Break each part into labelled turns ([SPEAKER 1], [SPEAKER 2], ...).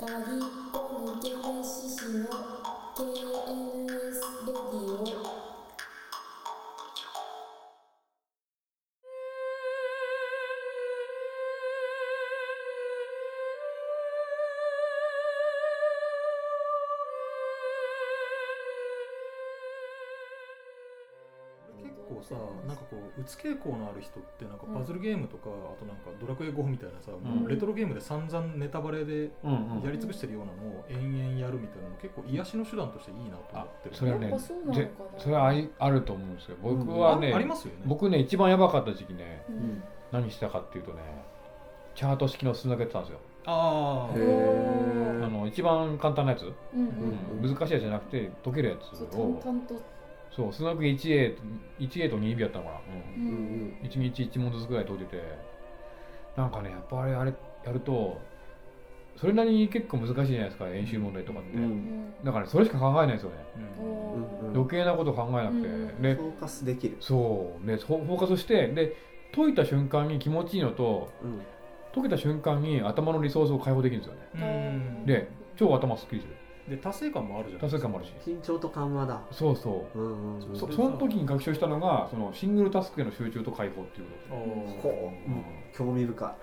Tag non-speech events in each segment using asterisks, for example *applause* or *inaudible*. [SPEAKER 1] ガリオ抜け出し師の KNS レディオ
[SPEAKER 2] 結構さなんかこう打つ傾向のある人ってなんかパズルゲームとか、あとなんか「ドラクエ GO」みたいなさ、もうレトロゲームで散々ネタバレで
[SPEAKER 3] うんうん
[SPEAKER 2] やり尽くしてるようなのを延々やるみたいなの結構癒しの手段としていいなと思ってる
[SPEAKER 3] それは
[SPEAKER 1] や
[SPEAKER 3] ね
[SPEAKER 1] っぱそうなのか
[SPEAKER 3] ぜ
[SPEAKER 1] な
[SPEAKER 3] それはあいあると思うんですけど僕
[SPEAKER 2] あ
[SPEAKER 3] はね、
[SPEAKER 2] ありますよね
[SPEAKER 3] 僕ね一番やばかった時期ね
[SPEAKER 1] うん
[SPEAKER 3] 何したかっていうとねチャート式の数学やってたんですよ、
[SPEAKER 2] あ
[SPEAKER 4] へー
[SPEAKER 2] あ
[SPEAKER 3] あの一番簡単なやつ、
[SPEAKER 1] うんうん
[SPEAKER 4] ん
[SPEAKER 3] 難しいやつじゃなくて解けるや
[SPEAKER 1] そう
[SPEAKER 3] つを
[SPEAKER 1] 淡々と
[SPEAKER 3] そう数学 1A, と 1A と 2B やったのかな、
[SPEAKER 1] う
[SPEAKER 3] うん
[SPEAKER 4] うん
[SPEAKER 1] ん
[SPEAKER 3] 1日1問ずつぐらい解いててなんかねやっぱあれあれやるとそれなりに結構難しいじゃないですか演習問題とかって、
[SPEAKER 4] う
[SPEAKER 1] うんん
[SPEAKER 3] だからねそれしか考えないですよね
[SPEAKER 2] うん
[SPEAKER 1] おー
[SPEAKER 3] 余計なこと考えなくて、
[SPEAKER 1] うん
[SPEAKER 3] で
[SPEAKER 4] フォーカスできる、
[SPEAKER 3] そうねフォフォーカスしてで解いた瞬間に気持ちいいのと
[SPEAKER 4] うん
[SPEAKER 3] 解けた瞬間に頭のリソースを解放できるんですよね
[SPEAKER 2] うんで
[SPEAKER 3] で超頭すっきりする
[SPEAKER 2] 達成感もあるじゃん
[SPEAKER 3] 達成感もあるし
[SPEAKER 4] 緊張と緩和だ、
[SPEAKER 3] そうそう
[SPEAKER 4] うんうんうん、
[SPEAKER 3] そ
[SPEAKER 2] れさ
[SPEAKER 3] その時に学習したのがそのシングルタスクへの集中と解放っていうこと
[SPEAKER 2] あー
[SPEAKER 4] こう、うん興味深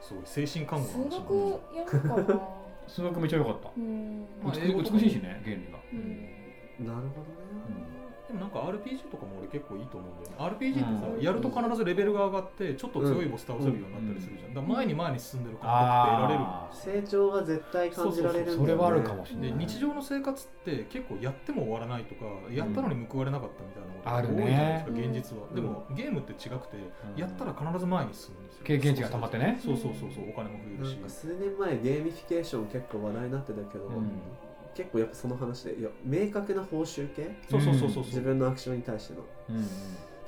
[SPEAKER 4] い
[SPEAKER 2] すごい精神看護
[SPEAKER 1] 数
[SPEAKER 2] の話
[SPEAKER 1] 学やるかな
[SPEAKER 3] 数学めっちゃ良かった、
[SPEAKER 1] うん
[SPEAKER 2] まあ
[SPEAKER 3] 美
[SPEAKER 2] 英語とか
[SPEAKER 3] 美しいしね原理が、
[SPEAKER 1] うん
[SPEAKER 4] なるほどね、
[SPEAKER 2] でもなんか RPG とかも俺結構いいと思うんだよね RPG ってさ、
[SPEAKER 1] うん
[SPEAKER 2] やると必ずレベルが上がってちょっと強いボス倒せるようになったりするじゃん、だから前に前に進んでる感覚って得られる
[SPEAKER 3] あ
[SPEAKER 4] 成長が絶対感じられるんだよ、ね、
[SPEAKER 3] それはあるかもしれな
[SPEAKER 2] で
[SPEAKER 3] い、
[SPEAKER 2] 日常の生活って結構やっても終わらないとかやったのに報われなかったみた
[SPEAKER 3] あ
[SPEAKER 2] いな
[SPEAKER 3] る
[SPEAKER 2] こと
[SPEAKER 3] ね
[SPEAKER 2] が多いじゃないですか、現実は、
[SPEAKER 4] うん
[SPEAKER 2] でもゲームって違くて
[SPEAKER 3] うん
[SPEAKER 2] やったら必ず前に進むんですよ
[SPEAKER 3] 経験値が溜まってね
[SPEAKER 2] そうそうそうそうお金も増える
[SPEAKER 4] な
[SPEAKER 2] し
[SPEAKER 4] んか数年前ゲーミフィケーション結構話題になってたけど、
[SPEAKER 3] うん
[SPEAKER 4] 結構やっぱその話でいや明確な報酬系
[SPEAKER 2] そうそうそうそうそ
[SPEAKER 4] 自
[SPEAKER 2] う、
[SPEAKER 4] 分のアクションに対しての
[SPEAKER 3] うんうん
[SPEAKER 4] だか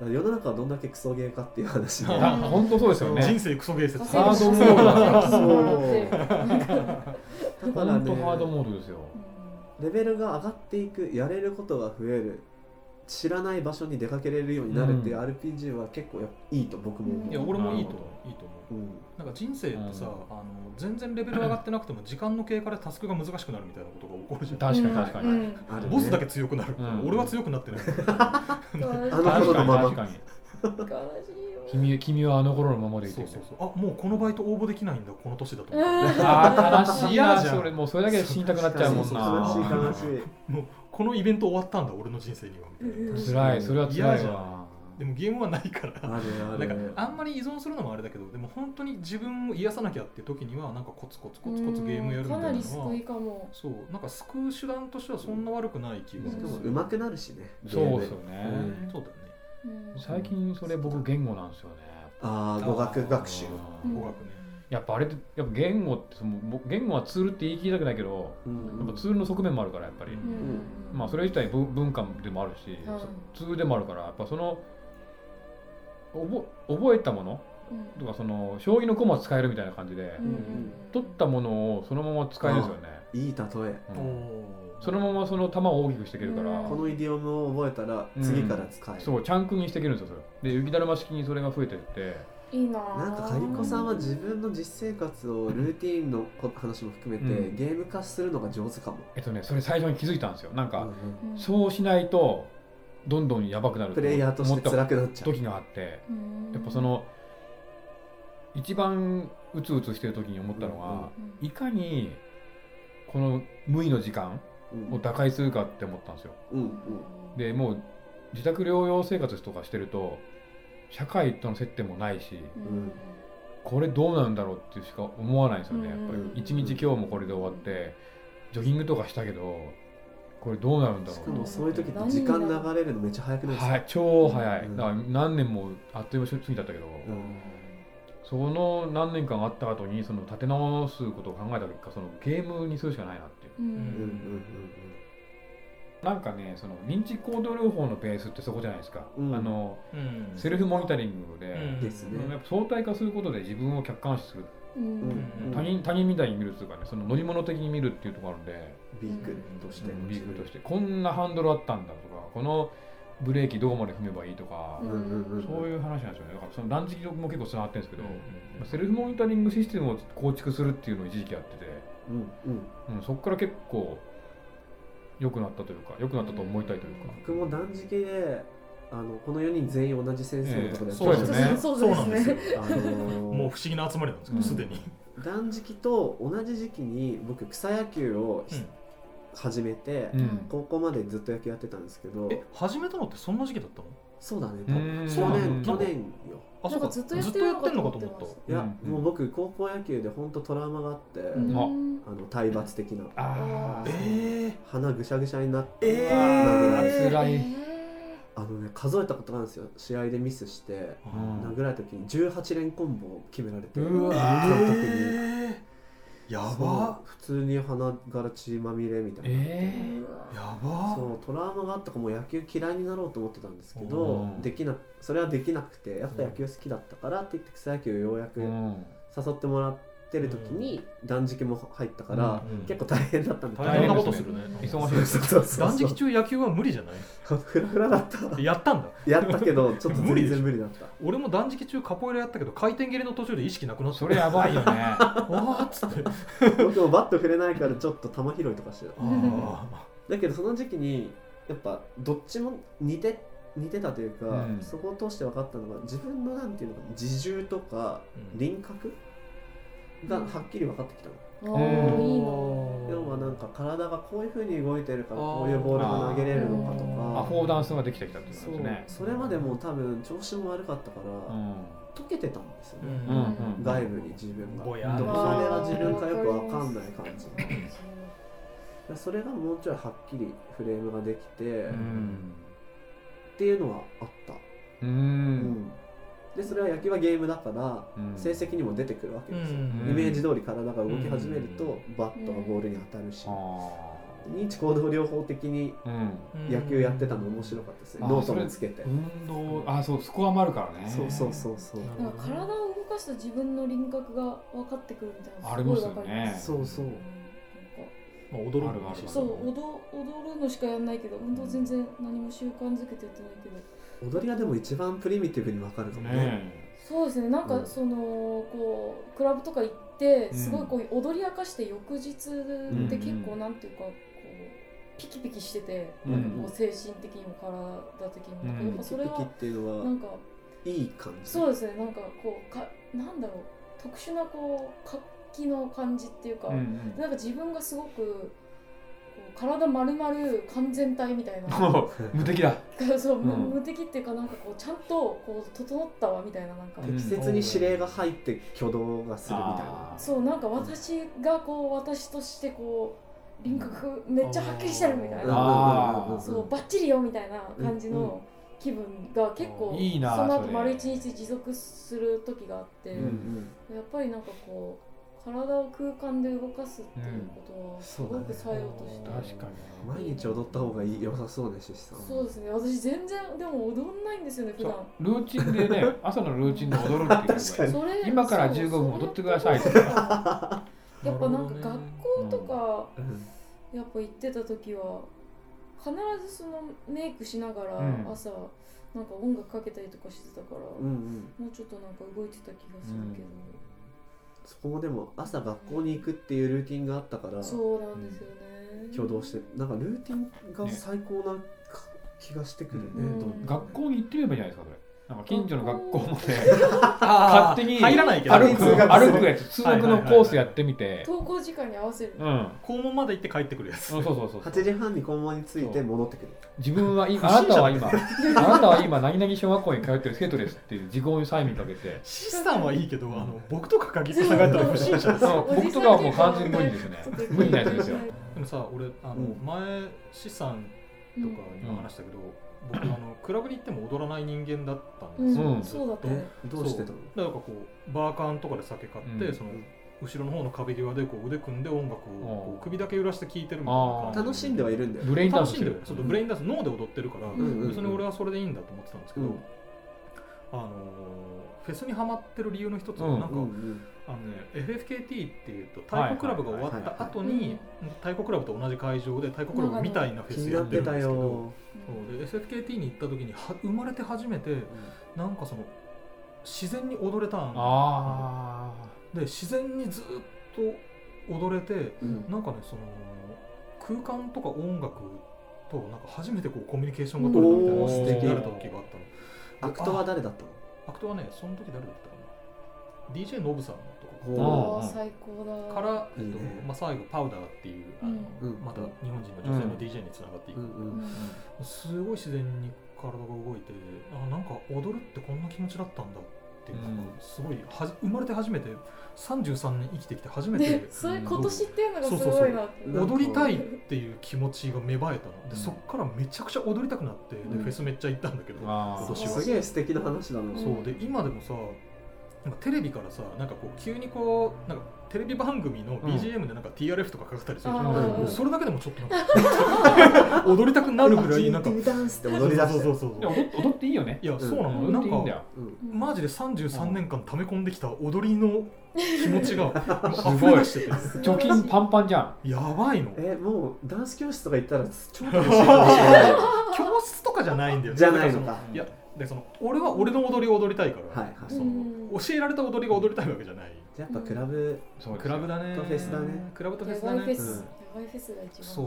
[SPEAKER 4] ら世の中はどんだけクソゲーかっていう話で
[SPEAKER 2] うん
[SPEAKER 3] あ本当そうですよ
[SPEAKER 2] 人
[SPEAKER 3] ね
[SPEAKER 2] 生クソゲー説
[SPEAKER 3] ハードモード
[SPEAKER 1] だ
[SPEAKER 4] だから
[SPEAKER 3] 本当ハード
[SPEAKER 4] ね
[SPEAKER 3] モードですよ
[SPEAKER 4] レベルが上がっていくやれることが増える知らない場所に出かけれるようになるっていう RPG は結構やっぱいいと僕も
[SPEAKER 1] うん
[SPEAKER 2] いや
[SPEAKER 4] 思う、
[SPEAKER 2] 俺もいいと思ういいと思う
[SPEAKER 4] うん
[SPEAKER 2] なんか人生ってさ、
[SPEAKER 3] うん
[SPEAKER 2] あの全然レベル上がってなくても時間の経過でタスクが難しくなるみたいなことが起こるじゃん
[SPEAKER 3] 確かに確かに、
[SPEAKER 4] あるね
[SPEAKER 2] ボスだけ強くなる、
[SPEAKER 3] うん
[SPEAKER 2] 俺は強くなってない、
[SPEAKER 1] うん
[SPEAKER 4] あの頃のまま
[SPEAKER 3] 確かに確か
[SPEAKER 1] 悲
[SPEAKER 3] に
[SPEAKER 1] しいよ
[SPEAKER 3] 君君はあの頃のままでいて
[SPEAKER 2] そう
[SPEAKER 3] る
[SPEAKER 2] そうそうあもうこのバイト応募できないんだこの年だと思って
[SPEAKER 3] あー悲しい
[SPEAKER 2] 嫌
[SPEAKER 3] な
[SPEAKER 2] じゃん
[SPEAKER 3] それもうそれだけで死にたくなっちゃうもんな
[SPEAKER 2] そうそうそう
[SPEAKER 4] 悲しい悲しい
[SPEAKER 2] もうこのイベント終わったんだ俺の人生にはみたいな
[SPEAKER 1] 悲しい
[SPEAKER 3] 辛いそれは辛
[SPEAKER 2] 嫌
[SPEAKER 3] い
[SPEAKER 2] じ
[SPEAKER 3] わ
[SPEAKER 2] でもゲームはないから
[SPEAKER 4] あるあ
[SPEAKER 2] な
[SPEAKER 4] る
[SPEAKER 2] んかあんまり依存するのもあれだけどでも本当に自分を癒さなきゃって時にはなんかコツコツコツコツゲームやるみた
[SPEAKER 1] かないり
[SPEAKER 2] なのは
[SPEAKER 1] 救いかも
[SPEAKER 2] そうなんか救う手段としてはそんな悪くない気が
[SPEAKER 4] し
[SPEAKER 2] す
[SPEAKER 4] か
[SPEAKER 2] る
[SPEAKER 4] も上手くなるしね
[SPEAKER 3] そうです
[SPEAKER 4] ゲー
[SPEAKER 3] よ
[SPEAKER 4] ム
[SPEAKER 3] ね、
[SPEAKER 4] うん
[SPEAKER 2] そうだよね
[SPEAKER 1] うん
[SPEAKER 3] 最近それ僕言語なんですよね
[SPEAKER 4] ああ語学学習
[SPEAKER 1] うん
[SPEAKER 2] 語学ね
[SPEAKER 3] やっぱあれってやっぱ言語ってその僕言語はツールって言い切りたくないけど
[SPEAKER 4] うん
[SPEAKER 3] やっぱツールの側面もあるからやっぱり、
[SPEAKER 2] うん
[SPEAKER 3] まあそれ自体文文化でもあるし、
[SPEAKER 1] うん
[SPEAKER 3] ツールでもあるからやっぱその覚覚えたもの
[SPEAKER 1] うん
[SPEAKER 3] とかその将棋の駒を使えるみたいな感じで、
[SPEAKER 1] うん
[SPEAKER 3] 取ったものをそのまま使えるんですよね、
[SPEAKER 4] いい例え
[SPEAKER 3] うん
[SPEAKER 2] おー
[SPEAKER 3] そのままその球を大きくしていけるから、
[SPEAKER 1] うん
[SPEAKER 4] このイディオムを覚えたら次から使える、
[SPEAKER 3] そうチャンクにしていけるんですよそれで雪だるま式にそれが増えてって
[SPEAKER 1] いいなぁ
[SPEAKER 4] なんかかりこさんは自分の実生活をルーティーンのこ話も含めて、
[SPEAKER 3] うん
[SPEAKER 4] ゲーム化するのが上手かも、
[SPEAKER 3] えっとねそれ最初に気づいたんですよなんか、
[SPEAKER 4] うん
[SPEAKER 1] うん
[SPEAKER 3] そうしないとどんどんやばくなる
[SPEAKER 4] プレイヤーと
[SPEAKER 3] 思
[SPEAKER 4] し
[SPEAKER 3] ってた
[SPEAKER 4] 辛くなっちゃう
[SPEAKER 3] 時があって
[SPEAKER 1] うん
[SPEAKER 3] やっぱその一番うつうつしてる時に思ったの
[SPEAKER 4] うんうん
[SPEAKER 3] は、
[SPEAKER 1] うん
[SPEAKER 3] いかにこの無意の時間
[SPEAKER 4] うん
[SPEAKER 3] を打開するかって思ったんですよ
[SPEAKER 4] うん
[SPEAKER 3] でもう自宅療養生活とかしてると社会との接点もないし
[SPEAKER 1] うん
[SPEAKER 3] これどうなるんだろうってしか思わないですよねやっぱ
[SPEAKER 1] うんうんうん
[SPEAKER 3] り一日今日もこれで終わってジョギングとかしたけどこれどうなるんだ
[SPEAKER 4] し
[SPEAKER 3] ろ
[SPEAKER 4] か
[SPEAKER 3] う
[SPEAKER 4] もそういう時って時間流れるのめっちゃ早くないですか、
[SPEAKER 3] はい、超早い、
[SPEAKER 4] うん
[SPEAKER 3] だから何年もあっという間に過ぎちゃったけど、
[SPEAKER 4] うん
[SPEAKER 3] その何年間あった後にその立て直すことを考えた結果そのゲームにするしかないなっていう
[SPEAKER 4] うん
[SPEAKER 1] ん
[SPEAKER 4] うん
[SPEAKER 3] なんかねその認知行動療法のベースってそこじゃないですか、
[SPEAKER 4] うん
[SPEAKER 3] あの
[SPEAKER 2] うん
[SPEAKER 3] セルフモニタリングで、
[SPEAKER 2] うん
[SPEAKER 4] ですね
[SPEAKER 3] やっぱ相対化することで自分を客観視する、
[SPEAKER 1] うんうん
[SPEAKER 4] うんうんうん
[SPEAKER 3] 他人他人みたいに見るっていうかねその乗り物的に見るっていうところあるんで、
[SPEAKER 4] ビークとして、
[SPEAKER 3] うんビークとしてこんなハンドルあったんだとかこのブレーキどこまで踏めばいいとか、
[SPEAKER 4] うんうんうん
[SPEAKER 3] そういう話なんですよねだからその断食も結構つながってるんですけど、
[SPEAKER 2] うん
[SPEAKER 3] まあセルフモニタリングシステムを構築するっていうのを一時期やってて
[SPEAKER 4] うんうん
[SPEAKER 3] うん、そこから結構良くなったというか良くなったと思いたいというか、
[SPEAKER 4] 僕も断食であのこの4人全員同じ先生のところでやって
[SPEAKER 2] そ
[SPEAKER 5] そ
[SPEAKER 2] うですね
[SPEAKER 5] う
[SPEAKER 2] そう
[SPEAKER 5] で
[SPEAKER 2] な
[SPEAKER 5] す
[SPEAKER 2] ん
[SPEAKER 5] ね
[SPEAKER 2] ですよ
[SPEAKER 4] あの
[SPEAKER 2] もう不思議な集まりなんですけどすでに
[SPEAKER 4] 断食と同じ時期に僕草野球を
[SPEAKER 2] うん
[SPEAKER 4] 始めて、
[SPEAKER 3] うん
[SPEAKER 4] 高校までずっと野球やってたんですけど
[SPEAKER 2] え始めたのってそんな時期だったの
[SPEAKER 4] そうだね
[SPEAKER 3] う
[SPEAKER 4] 多
[SPEAKER 3] ーん
[SPEAKER 4] 分去年去年よ
[SPEAKER 2] あそ
[SPEAKER 5] な
[SPEAKER 2] うか
[SPEAKER 5] んか
[SPEAKER 2] ず
[SPEAKER 5] ず
[SPEAKER 2] っ
[SPEAKER 5] っ
[SPEAKER 2] と
[SPEAKER 5] と
[SPEAKER 2] や
[SPEAKER 5] や
[SPEAKER 2] っ
[SPEAKER 5] っててるのかと
[SPEAKER 2] ん
[SPEAKER 5] 思って
[SPEAKER 2] のかと
[SPEAKER 5] まし
[SPEAKER 2] 思
[SPEAKER 5] た
[SPEAKER 2] った
[SPEAKER 4] いや、
[SPEAKER 3] うん
[SPEAKER 4] もう僕高校野球で本当トラウマがあって、
[SPEAKER 2] うん
[SPEAKER 3] あ
[SPEAKER 5] うん
[SPEAKER 4] あの体罰的な
[SPEAKER 3] あー
[SPEAKER 2] え
[SPEAKER 4] 鼻ぐしゃぐしゃになって、
[SPEAKER 2] え
[SPEAKER 4] ー
[SPEAKER 3] あー辛い、
[SPEAKER 5] え
[SPEAKER 4] あのね数えたことがあるんですよ試合でミスして
[SPEAKER 2] ー
[SPEAKER 3] うん
[SPEAKER 4] 殴られた時に18連コンボを決められて
[SPEAKER 3] うわ
[SPEAKER 4] 監督に
[SPEAKER 2] えーやば
[SPEAKER 4] そう普通に鼻から血まみれみたいな、
[SPEAKER 3] え
[SPEAKER 2] やば
[SPEAKER 4] そうトラウマがあったかもう野球嫌いになろうと思ってたんですけ
[SPEAKER 3] う
[SPEAKER 4] ど
[SPEAKER 3] ん
[SPEAKER 4] できなそれはできなくてやっぱ野球好きだったからって言って草野球ようやく
[SPEAKER 3] ー
[SPEAKER 4] 誘
[SPEAKER 3] うん
[SPEAKER 4] ってもらってる時に断食も入ったから
[SPEAKER 2] うんうん
[SPEAKER 4] 結構大変だったみたい
[SPEAKER 2] 大変なこと
[SPEAKER 3] ですね
[SPEAKER 2] るね
[SPEAKER 3] 忙しい
[SPEAKER 4] そうそうそうそう
[SPEAKER 2] 断食中野球は無理じゃない
[SPEAKER 4] フラフラだった
[SPEAKER 2] やったんだ
[SPEAKER 4] やったけどちょっと
[SPEAKER 2] *laughs* 無理
[SPEAKER 4] 全然
[SPEAKER 2] でしょ
[SPEAKER 4] 無理だった
[SPEAKER 2] 俺も断食中カポエラやったけど回転蹴りの途中で意識なくなって
[SPEAKER 3] それやばい
[SPEAKER 2] *laughs*
[SPEAKER 3] よね
[SPEAKER 2] わーっつって
[SPEAKER 4] 僕もバット振れないからちょっと球拾いとかしてた
[SPEAKER 2] あ
[SPEAKER 4] だけどその時期にやっぱどっちも似て似てたというか、
[SPEAKER 3] うん
[SPEAKER 4] そこを通して分かったのが自分のなんていうのかな自重とか
[SPEAKER 2] うん
[SPEAKER 4] 輪郭がはっきり分かってきた
[SPEAKER 5] ー、
[SPEAKER 4] の、
[SPEAKER 3] う
[SPEAKER 5] あー
[SPEAKER 3] ん
[SPEAKER 5] いいな
[SPEAKER 4] 要はなんか体がこういうふうに動いてるから
[SPEAKER 2] あー
[SPEAKER 4] こういうボールが投げれるのかと
[SPEAKER 3] ア
[SPEAKER 4] か
[SPEAKER 3] フォーダンスができてきたっていう
[SPEAKER 4] そ
[SPEAKER 3] こと
[SPEAKER 4] う
[SPEAKER 3] ですね
[SPEAKER 4] それまでも多分調子も悪かったから、
[SPEAKER 3] うん
[SPEAKER 4] 溶けてたんですよね、
[SPEAKER 2] うん
[SPEAKER 3] うん
[SPEAKER 4] 外部に自分が
[SPEAKER 2] ぼ
[SPEAKER 4] で
[SPEAKER 2] やーっ
[SPEAKER 4] も
[SPEAKER 2] と
[SPEAKER 4] それは自分かよく分かんない感じ
[SPEAKER 5] う
[SPEAKER 4] でそれがもうちょいはっきりフレームができて、
[SPEAKER 3] う
[SPEAKER 4] っ
[SPEAKER 3] ん
[SPEAKER 4] ていうのはあった
[SPEAKER 3] う
[SPEAKER 4] うんんでそれは野球はゲームだから
[SPEAKER 3] うん
[SPEAKER 4] 成績にも出てくるわけ
[SPEAKER 2] ー
[SPEAKER 4] ですよ、
[SPEAKER 3] うん
[SPEAKER 4] イメージ通り体が動き始めると、
[SPEAKER 2] う
[SPEAKER 4] バットがボールに当たるし、
[SPEAKER 3] あ
[SPEAKER 4] 認知行動療法的に
[SPEAKER 3] ーうん
[SPEAKER 4] 野球やってたの面白かったですね、
[SPEAKER 3] うん
[SPEAKER 4] ノートもつけて
[SPEAKER 3] 運動あそうスコアもあるからね
[SPEAKER 4] そうそうそうそう
[SPEAKER 2] なるほど
[SPEAKER 5] なんか体を動かした自分の輪郭が分かってくるみたいな
[SPEAKER 3] ありますよ
[SPEAKER 5] わかり
[SPEAKER 3] ね
[SPEAKER 4] そうそう
[SPEAKER 5] うんなんか
[SPEAKER 2] まあ踊るの
[SPEAKER 3] あ
[SPEAKER 2] も
[SPEAKER 3] るある
[SPEAKER 5] そう踊踊るのしかやんないけど運動全然何も習慣づけてやってないけど
[SPEAKER 4] 踊りはでも一番プリミティブに分かるかもね
[SPEAKER 3] ね
[SPEAKER 5] そうですねなん
[SPEAKER 4] う
[SPEAKER 5] か
[SPEAKER 4] ん
[SPEAKER 5] そのこうクラブとか行って
[SPEAKER 3] うん
[SPEAKER 5] すごいこう踊り明かして翌日って結
[SPEAKER 3] う
[SPEAKER 5] 構
[SPEAKER 3] ん
[SPEAKER 5] なんていうかこうピキピキしてて
[SPEAKER 3] うん
[SPEAKER 5] こう精神的にも体的にもなんか
[SPEAKER 3] うん
[SPEAKER 5] やっぱ
[SPEAKER 4] ピ
[SPEAKER 5] そ
[SPEAKER 4] キ
[SPEAKER 5] れ
[SPEAKER 4] ピキっ
[SPEAKER 5] は
[SPEAKER 4] ていうの
[SPEAKER 5] な
[SPEAKER 4] は
[SPEAKER 5] んか
[SPEAKER 4] いい感じ
[SPEAKER 5] そうですねなんかこうかなんだろう特殊なこう活気の感じっていうか、
[SPEAKER 3] うんうん
[SPEAKER 5] なんか自分がすごくこう体まるまる完全体みたい
[SPEAKER 3] *laughs*
[SPEAKER 5] な
[SPEAKER 3] お無敵だ
[SPEAKER 5] そう、無
[SPEAKER 3] うん
[SPEAKER 5] 無敵っていうかなんかこうちゃんとこう整ったわみたいななんか、
[SPEAKER 3] うん
[SPEAKER 4] 適切に指令が入って挙動がするみたい
[SPEAKER 3] あ
[SPEAKER 4] な
[SPEAKER 3] ー
[SPEAKER 5] そうなんか私がこう私としてこう輪郭めっちゃはっきりしてるみたい
[SPEAKER 4] うん
[SPEAKER 5] な
[SPEAKER 3] あ
[SPEAKER 4] うん
[SPEAKER 3] ー
[SPEAKER 4] うんうん
[SPEAKER 5] そうバッチリよみたいな感じの気分が結構、
[SPEAKER 3] いいな
[SPEAKER 5] その
[SPEAKER 3] そ
[SPEAKER 5] 後
[SPEAKER 3] れ
[SPEAKER 5] 丸一日持続する時があって、
[SPEAKER 4] うんうん
[SPEAKER 5] やっぱりなんかこう体を空間で動かすっていうことはすごく作用として、
[SPEAKER 4] そうだね
[SPEAKER 3] 確かに
[SPEAKER 4] 毎日踊った方がいい良さそうねしさん
[SPEAKER 5] そうですね私全然でも踊んないんですよね普
[SPEAKER 3] そう
[SPEAKER 5] 段
[SPEAKER 3] ルーチンでね朝のルーチンで踊るっていうの
[SPEAKER 4] 確か
[SPEAKER 3] が
[SPEAKER 4] に
[SPEAKER 5] それ
[SPEAKER 3] 今から
[SPEAKER 5] そう
[SPEAKER 3] 15分踊ってください
[SPEAKER 5] それとか *laughs* やっぱなんか
[SPEAKER 2] なるほどね
[SPEAKER 5] 学校とか
[SPEAKER 4] うん
[SPEAKER 5] やっぱ行ってた時は必ずそのメイクしながら
[SPEAKER 3] うん
[SPEAKER 5] 朝なんか音楽かけたりとかしてたから、
[SPEAKER 4] うんうん
[SPEAKER 5] もうちょっとなんか動いてた気がするけど、
[SPEAKER 4] そこもでも朝学校に行くっていうルーティンがあったから
[SPEAKER 5] そうなんですよね、
[SPEAKER 4] 挙動してなんかルーティンが最高なか気がしてくるね
[SPEAKER 5] うん
[SPEAKER 4] どんどん
[SPEAKER 3] 学校に行ってみればいいんじゃないですかそれなんか近所の学校まで
[SPEAKER 2] 勝
[SPEAKER 3] *laughs* 勝手に
[SPEAKER 2] 入らないけど
[SPEAKER 3] 歩く
[SPEAKER 4] 通学する
[SPEAKER 3] 歩くやつ通学のコースやってみて
[SPEAKER 5] 登校時間に合わせる、
[SPEAKER 3] うんうん
[SPEAKER 2] 校門まで行って帰ってくるやつ
[SPEAKER 3] そうそうそうそ
[SPEAKER 4] 8
[SPEAKER 3] う
[SPEAKER 4] 時半に校門に着いて戻ってくる
[SPEAKER 3] 自分は今あなたは今あなたは今何々小学校に通ってる生徒ですっていう自業に催眠かけて
[SPEAKER 2] シスさんはいいけどあの僕とか限って考えたら不審者です
[SPEAKER 3] そう
[SPEAKER 2] よ
[SPEAKER 5] おじ
[SPEAKER 3] 僕
[SPEAKER 5] さ
[SPEAKER 3] と
[SPEAKER 5] ん
[SPEAKER 3] かはもう完全に無理ですね
[SPEAKER 5] ちょっと
[SPEAKER 3] 無理なやつですよ
[SPEAKER 2] でもさ俺あの、
[SPEAKER 4] うん
[SPEAKER 2] 前シスさん
[SPEAKER 5] う
[SPEAKER 2] と
[SPEAKER 5] ん
[SPEAKER 2] かにも話したけど、僕あのクラブに行っても踊らない人間だったんですよ、
[SPEAKER 5] うん
[SPEAKER 3] うん
[SPEAKER 5] そうだったね
[SPEAKER 4] どうしてたの
[SPEAKER 2] だからこうバーカンとかで酒買って、
[SPEAKER 3] うん
[SPEAKER 2] その後ろの方の壁際でこう腕組んで音楽をこ
[SPEAKER 3] うん
[SPEAKER 2] う首だけ揺らして聴いてるみたいな感じ
[SPEAKER 4] 楽しんではいるんだよ
[SPEAKER 3] ブレインダン
[SPEAKER 2] 楽
[SPEAKER 3] ス
[SPEAKER 2] し
[SPEAKER 3] し
[SPEAKER 2] ん
[SPEAKER 3] て
[SPEAKER 2] で
[SPEAKER 3] る
[SPEAKER 2] るちょっとブレインダンス脳で踊ってるから、
[SPEAKER 5] うんうんうん
[SPEAKER 2] 別に俺はそれでいいんだと思ってたんですけど、
[SPEAKER 4] うん
[SPEAKER 2] あのフェスにはまってる理由の一つが、
[SPEAKER 3] うん
[SPEAKER 2] なんか、
[SPEAKER 4] うんうん
[SPEAKER 2] あのね、FFKT っていうと太鼓クラブが終わった後
[SPEAKER 5] はいはいはい
[SPEAKER 2] に太鼓クラブと同じ会場で太鼓クラブみたいなフ
[SPEAKER 4] 気
[SPEAKER 2] ェス
[SPEAKER 4] に
[SPEAKER 2] や
[SPEAKER 4] な
[SPEAKER 2] っ
[SPEAKER 4] って
[SPEAKER 2] る
[SPEAKER 4] て
[SPEAKER 2] んで
[SPEAKER 4] た
[SPEAKER 2] すけど
[SPEAKER 4] よ
[SPEAKER 2] そうで SFKT に行った時には生まれて初めてなんかその自然に踊れたん
[SPEAKER 3] あ
[SPEAKER 2] で自然にずっと踊れて
[SPEAKER 4] うん
[SPEAKER 2] なんかねその空間とか音楽となんか初めてこうコミュニケーションが取れたみたいな
[SPEAKER 4] おー
[SPEAKER 2] 素
[SPEAKER 4] 素
[SPEAKER 2] 敵
[SPEAKER 4] 敵
[SPEAKER 2] になれた時があったの
[SPEAKER 4] アクトは誰だったの
[SPEAKER 2] アクトはねその時誰だったかな DJ ノブさんとか
[SPEAKER 4] ほう
[SPEAKER 3] あ
[SPEAKER 5] あ
[SPEAKER 3] あ
[SPEAKER 5] あ最高だ
[SPEAKER 2] から、えっと
[SPEAKER 4] いいね
[SPEAKER 2] まあ、最後パウダーっていうあの、
[SPEAKER 4] うん
[SPEAKER 2] また日本人の女性の DJ につながっていく、
[SPEAKER 5] うんん
[SPEAKER 2] すごい自然に体が動いてあなんか踊るってこんな気持ちだったんだっていう、
[SPEAKER 3] うん
[SPEAKER 2] なんかすごいはじ生まれて初めて33年生きてきて初め *laughs*
[SPEAKER 5] ね
[SPEAKER 2] て、
[SPEAKER 5] それ今年っていうのがすごいなって
[SPEAKER 4] そう
[SPEAKER 2] 踊りたいっていう気持ちが芽生えたので、そっからめちゃくちゃ踊りたくなってで、
[SPEAKER 4] うん
[SPEAKER 2] フェスめっちゃ行ったんだけど、
[SPEAKER 3] あ
[SPEAKER 2] 今年は
[SPEAKER 4] すげえ素敵な話だな、
[SPEAKER 5] うん
[SPEAKER 2] そうで今でもさなんかテレビからさなんかこう急にこうなんかテレビ番組の BGM でなんか TRF とかかかったりするじゃん、
[SPEAKER 5] あ
[SPEAKER 4] ー
[SPEAKER 2] もうそれだけでもちょっと *laughs* なんか踊りたくなるぐらいなん *laughs* か
[SPEAKER 4] ジンティダンスって踊り出して
[SPEAKER 2] そうそうそう
[SPEAKER 3] で
[SPEAKER 2] そう
[SPEAKER 3] も踊っ踊っていいよね
[SPEAKER 2] いや、
[SPEAKER 4] ん
[SPEAKER 2] そうなのよ
[SPEAKER 3] 踊
[SPEAKER 2] な
[SPEAKER 3] っていいん
[SPEAKER 2] ん
[SPEAKER 3] だ
[SPEAKER 2] か
[SPEAKER 3] よ
[SPEAKER 4] うん
[SPEAKER 2] マジで33年間溜め込んできた踊りの
[SPEAKER 4] *laughs*
[SPEAKER 2] 気持ちが
[SPEAKER 3] す
[SPEAKER 2] 溢
[SPEAKER 3] ごい
[SPEAKER 2] れ出してて
[SPEAKER 3] 貯金パンパンじゃん
[SPEAKER 2] やばいの
[SPEAKER 4] えもうダンス教室とか行ったら超楽しいかもしれないよ
[SPEAKER 2] 教室とかじゃないんだよ
[SPEAKER 4] じゃないのか
[SPEAKER 2] だらそいやでその俺は俺の踊りを踊りたいから、
[SPEAKER 4] はいはい
[SPEAKER 2] その
[SPEAKER 5] うん
[SPEAKER 2] 教えられた踊りが踊りたいわけじゃない
[SPEAKER 4] やっぱクラブ、
[SPEAKER 3] そうです
[SPEAKER 2] クラブだね
[SPEAKER 4] とフェスだね
[SPEAKER 2] クラブとフェ
[SPEAKER 5] ヤ
[SPEAKER 2] ス
[SPEAKER 5] バ
[SPEAKER 2] だ
[SPEAKER 5] い
[SPEAKER 2] ね
[SPEAKER 5] フェス、
[SPEAKER 4] うん
[SPEAKER 5] ヤバいフェスが一番
[SPEAKER 2] そ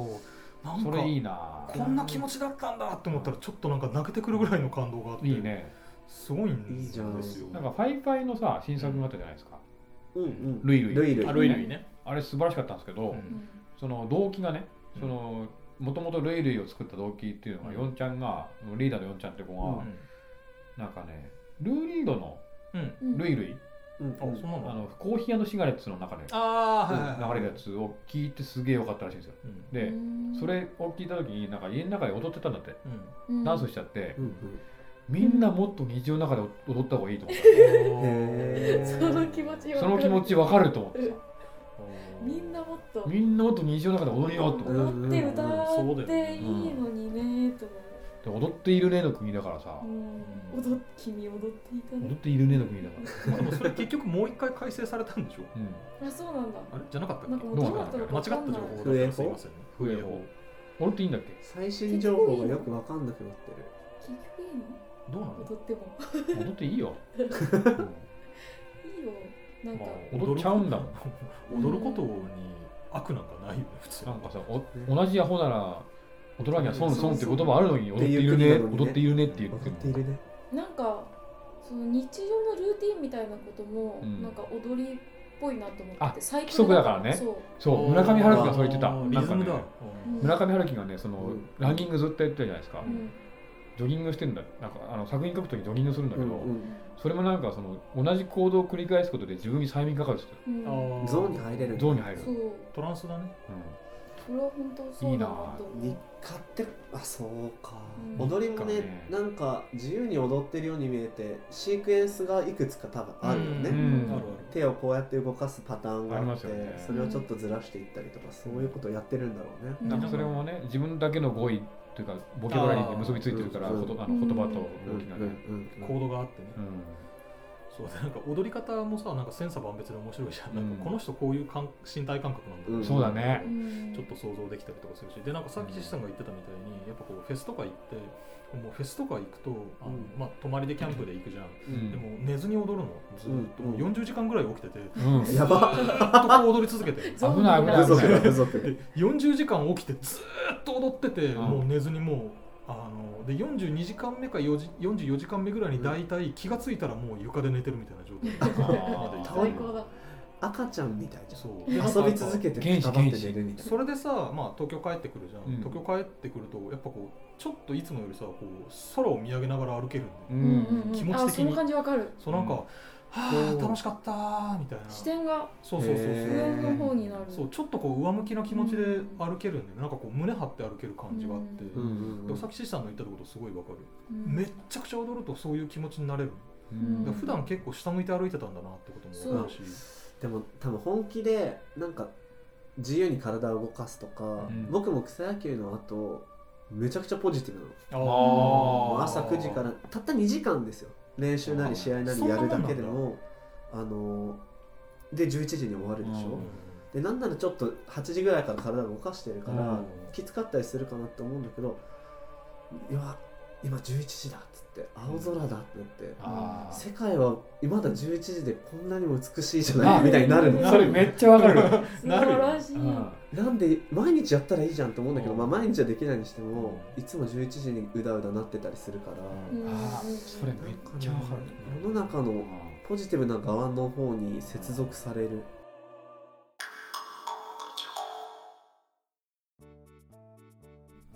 [SPEAKER 2] うなん
[SPEAKER 3] そ
[SPEAKER 2] か
[SPEAKER 3] れいいな
[SPEAKER 2] こんな気持ちだったんだって思ったらちょっとなんか泣けてくるぐらいの感動があって
[SPEAKER 3] いいね
[SPEAKER 2] すご
[SPEAKER 4] い
[SPEAKER 2] いん
[SPEAKER 4] い
[SPEAKER 2] です
[SPEAKER 4] じ
[SPEAKER 2] よ
[SPEAKER 4] ゃん
[SPEAKER 3] なんかファイファイのさ新作があったじゃないですか
[SPEAKER 4] うんうん
[SPEAKER 3] ルイルイ
[SPEAKER 4] ルイルイ
[SPEAKER 2] あルイルイね、
[SPEAKER 3] あれ素晴らしかったんですけど、
[SPEAKER 2] うん
[SPEAKER 3] その動機がね
[SPEAKER 2] うん
[SPEAKER 3] そのもともとルイルイを作った動機っていうのが、
[SPEAKER 2] うん
[SPEAKER 3] ヨンちゃんがリーダーのヨンちゃんって子が、なんかねルーリードの
[SPEAKER 2] うん
[SPEAKER 5] うん
[SPEAKER 3] ルイルイ、
[SPEAKER 4] うん
[SPEAKER 2] あ、そんなの
[SPEAKER 3] あのコーヒーシガレッツの中で
[SPEAKER 2] ああはいはい
[SPEAKER 3] 流れるやつを聞いてすげえ良かったらしいんですよ
[SPEAKER 2] うん
[SPEAKER 3] で
[SPEAKER 5] うん
[SPEAKER 3] それを聞いた時になんか家の中で踊ってたんだって
[SPEAKER 2] うん
[SPEAKER 5] うん
[SPEAKER 3] ダンスしちゃって
[SPEAKER 4] うん
[SPEAKER 3] みんなもっと日常の中で踊った方がいいと思っ
[SPEAKER 4] うんへ
[SPEAKER 5] *laughs* そ
[SPEAKER 4] ー
[SPEAKER 5] の気持ち
[SPEAKER 3] たその気持ちわかると思ってさ
[SPEAKER 2] ー
[SPEAKER 5] みんなもっと
[SPEAKER 3] みんなもっと日常の中で踊りようと思っ
[SPEAKER 5] 踊って歌
[SPEAKER 2] うんう
[SPEAKER 5] っ
[SPEAKER 2] んそうだよ
[SPEAKER 5] て
[SPEAKER 2] ね
[SPEAKER 5] いいのにねと思
[SPEAKER 3] て踊っているねの国だからさ
[SPEAKER 5] う、うん踊っ君踊っていた
[SPEAKER 3] 踊っ
[SPEAKER 5] ね
[SPEAKER 3] ているねの国だから
[SPEAKER 2] でもそれ結局もう一回改正されたんでしょ
[SPEAKER 3] うん
[SPEAKER 5] あそうなんだ
[SPEAKER 2] あれじゃなかったっ
[SPEAKER 5] なん
[SPEAKER 2] け
[SPEAKER 5] かもうどうなったのか
[SPEAKER 2] 間
[SPEAKER 5] わ
[SPEAKER 2] 違った
[SPEAKER 5] かん
[SPEAKER 2] 情
[SPEAKER 5] ない
[SPEAKER 2] 報だったらすいませんね
[SPEAKER 3] 笛
[SPEAKER 2] 笛
[SPEAKER 3] 法
[SPEAKER 2] 法
[SPEAKER 3] 踊っていいんだっけ
[SPEAKER 4] 最新情報がよくわかんなくなってる
[SPEAKER 5] 結局いいの
[SPEAKER 2] どうなの
[SPEAKER 5] 踊っても
[SPEAKER 3] 踊ってい
[SPEAKER 4] *laughs*
[SPEAKER 3] いよ、
[SPEAKER 5] いいよなんか、
[SPEAKER 3] まあ踊っちゃうんだもん
[SPEAKER 2] ん踊ることに悪なんかないよね普通
[SPEAKER 3] なんかさお同じアホなら踊らには損損って言葉あるのに
[SPEAKER 4] う
[SPEAKER 3] 踊っ
[SPEAKER 4] そう
[SPEAKER 3] ているね
[SPEAKER 4] っていう国なのにね
[SPEAKER 3] 踊っているねって言っ
[SPEAKER 4] 踊
[SPEAKER 3] て
[SPEAKER 4] っ
[SPEAKER 3] も
[SPEAKER 4] ているね
[SPEAKER 5] なんかその日常のルーティンみたいなことも、
[SPEAKER 3] うん
[SPEAKER 5] なんか踊りっぽいなと思
[SPEAKER 3] あ
[SPEAKER 5] ってて最
[SPEAKER 3] 規則だからね
[SPEAKER 5] そう
[SPEAKER 3] そう村上春樹がそう言ってた
[SPEAKER 2] あー
[SPEAKER 3] な
[SPEAKER 2] リ
[SPEAKER 3] ん
[SPEAKER 2] ズ
[SPEAKER 3] か
[SPEAKER 2] ム
[SPEAKER 3] ね
[SPEAKER 2] だ
[SPEAKER 5] うん
[SPEAKER 3] 村上春樹がねその、
[SPEAKER 4] うん
[SPEAKER 3] ランニングずっとやってたじゃないですか、
[SPEAKER 5] うん
[SPEAKER 3] ジョギングしてんだなんかあの作品書くときジョギングするんだけど、
[SPEAKER 4] うん
[SPEAKER 3] それもなんかその同じ行動を繰り返すことで自分に催眠かかるんですよ
[SPEAKER 5] うん
[SPEAKER 2] あ
[SPEAKER 4] ゾーンに入れる
[SPEAKER 3] ゾーンに入る、
[SPEAKER 5] そう
[SPEAKER 2] トランスだね
[SPEAKER 5] これは本当そうだなと思う
[SPEAKER 4] 日課ってあそうか、
[SPEAKER 5] うん
[SPEAKER 4] 踊りもね
[SPEAKER 3] 日課ね
[SPEAKER 4] なんか自由に踊ってるように見えてシークエンスがいくつか多分あるよね、
[SPEAKER 2] うん
[SPEAKER 3] うん
[SPEAKER 2] ある
[SPEAKER 4] 手をこうやって動かすパターンが
[SPEAKER 3] あり
[SPEAKER 4] あ
[SPEAKER 3] ま
[SPEAKER 4] っ
[SPEAKER 3] す
[SPEAKER 4] て
[SPEAKER 3] よね
[SPEAKER 4] それをちょっとずらしていったりとかそういうことをやってるんだろうね、
[SPEAKER 5] うん
[SPEAKER 3] なんかそれもね自分だけの語彙というかボキャブラリーに結びついてるから
[SPEAKER 4] あー
[SPEAKER 3] ことあ
[SPEAKER 5] う
[SPEAKER 3] の
[SPEAKER 5] ん
[SPEAKER 3] 言葉
[SPEAKER 4] う
[SPEAKER 3] と
[SPEAKER 4] ん
[SPEAKER 3] 動きがね、
[SPEAKER 2] あるコードがあってね
[SPEAKER 3] うん
[SPEAKER 2] そうでなんか踊り方もさなんか千差万別で面白いじゃんなん
[SPEAKER 3] うん
[SPEAKER 2] かこの人こういう感身体感覚なんだ
[SPEAKER 4] うん
[SPEAKER 3] そうだね
[SPEAKER 5] うん
[SPEAKER 2] ちょっと想像できたりとかするしでなんかさっき岸さんが言ってたみたいにやっぱこうフェスとか行ってもうフェスとか行くとあの、
[SPEAKER 4] うん
[SPEAKER 2] まあ、泊まりでキャンプで行くじゃん、
[SPEAKER 3] うん
[SPEAKER 2] でも寝ずに踊るのずっと、
[SPEAKER 4] うん
[SPEAKER 2] もう40時間ぐらい起きてて
[SPEAKER 3] うん
[SPEAKER 4] やば
[SPEAKER 2] ずっとこう踊り続け
[SPEAKER 4] *laughs*
[SPEAKER 2] て
[SPEAKER 5] ゾーン
[SPEAKER 3] 危ない危ない
[SPEAKER 4] 部
[SPEAKER 3] 危
[SPEAKER 4] 族
[SPEAKER 3] な
[SPEAKER 4] だ
[SPEAKER 3] い
[SPEAKER 4] 部族
[SPEAKER 2] で40時間起きてずーっと踊ってて、
[SPEAKER 3] うん
[SPEAKER 2] もう寝ずにもうあので42時間目か4時44時間目ぐらいに大体気がついたらもう床で寝てるみたいな状態
[SPEAKER 3] あー
[SPEAKER 5] 最高だ
[SPEAKER 4] 赤ちゃんみたいじ
[SPEAKER 2] そうでなんか
[SPEAKER 4] ゃん遊び続けて
[SPEAKER 3] 原始
[SPEAKER 4] くたばって寝るみたいな
[SPEAKER 2] それでさ、まあ、東京帰ってくるじゃん、
[SPEAKER 3] うん
[SPEAKER 2] 東京帰ってくるとやっぱこうちょっといつもよりさこう空を見上げながら歩けるんで、
[SPEAKER 3] う
[SPEAKER 5] うんうんうん
[SPEAKER 3] ん
[SPEAKER 2] 気持ち的に
[SPEAKER 5] あその感じわかる
[SPEAKER 2] そうなんか、
[SPEAKER 3] うん
[SPEAKER 2] はあ
[SPEAKER 4] おー
[SPEAKER 2] 楽しかったーみたいな
[SPEAKER 5] 視点が
[SPEAKER 2] そうそうそうそう、
[SPEAKER 5] 上
[SPEAKER 4] へー
[SPEAKER 5] の方になる
[SPEAKER 2] そうちょっとこう上向きな気持ちで歩けるんで、なんかこう胸張って歩ける感じがあって、
[SPEAKER 5] うん
[SPEAKER 4] うんうん
[SPEAKER 2] で
[SPEAKER 4] う
[SPEAKER 2] も
[SPEAKER 4] ん
[SPEAKER 2] さっきしさんの言ったことすごいわかる、
[SPEAKER 5] うん
[SPEAKER 2] めっちゃくちゃ踊るとそういう気持ちになれる、
[SPEAKER 3] う
[SPEAKER 2] だ
[SPEAKER 3] ん
[SPEAKER 2] から普段結構下向いて歩いてたんだなってことも分かるし
[SPEAKER 4] でも多分本気でなんか自由に体を動かすとか、
[SPEAKER 3] ん
[SPEAKER 4] 僕も草野球の後めちゃくちゃポジティブなの
[SPEAKER 2] あ
[SPEAKER 3] ー
[SPEAKER 4] もう朝9時からたった2時間ですよ練習なり試合なりやるだけで
[SPEAKER 2] そんなも
[SPEAKER 4] もあので11時に終わるでし
[SPEAKER 3] う
[SPEAKER 4] ょ
[SPEAKER 3] ん、
[SPEAKER 4] でなんならちょっと8時ぐらいから体を動かしてるから、
[SPEAKER 2] うん
[SPEAKER 4] きつかったりするかなって思うんだけどいや今11時だっつって青空だってなって、
[SPEAKER 3] ああ
[SPEAKER 4] 世界はまだ11時でこんなにも美しいじゃないみたいになるの
[SPEAKER 3] それめっちゃわかる、
[SPEAKER 5] 素晴らしい。
[SPEAKER 4] なんで毎日やったらいいじゃんと思うんだけど、
[SPEAKER 3] うん
[SPEAKER 4] まあ、毎日はできないにしてもいつも11時にうだうだなってたりするから、
[SPEAKER 5] うん
[SPEAKER 3] あーそれめっちゃわかる
[SPEAKER 4] 世の中のポジティブな側の方に接続される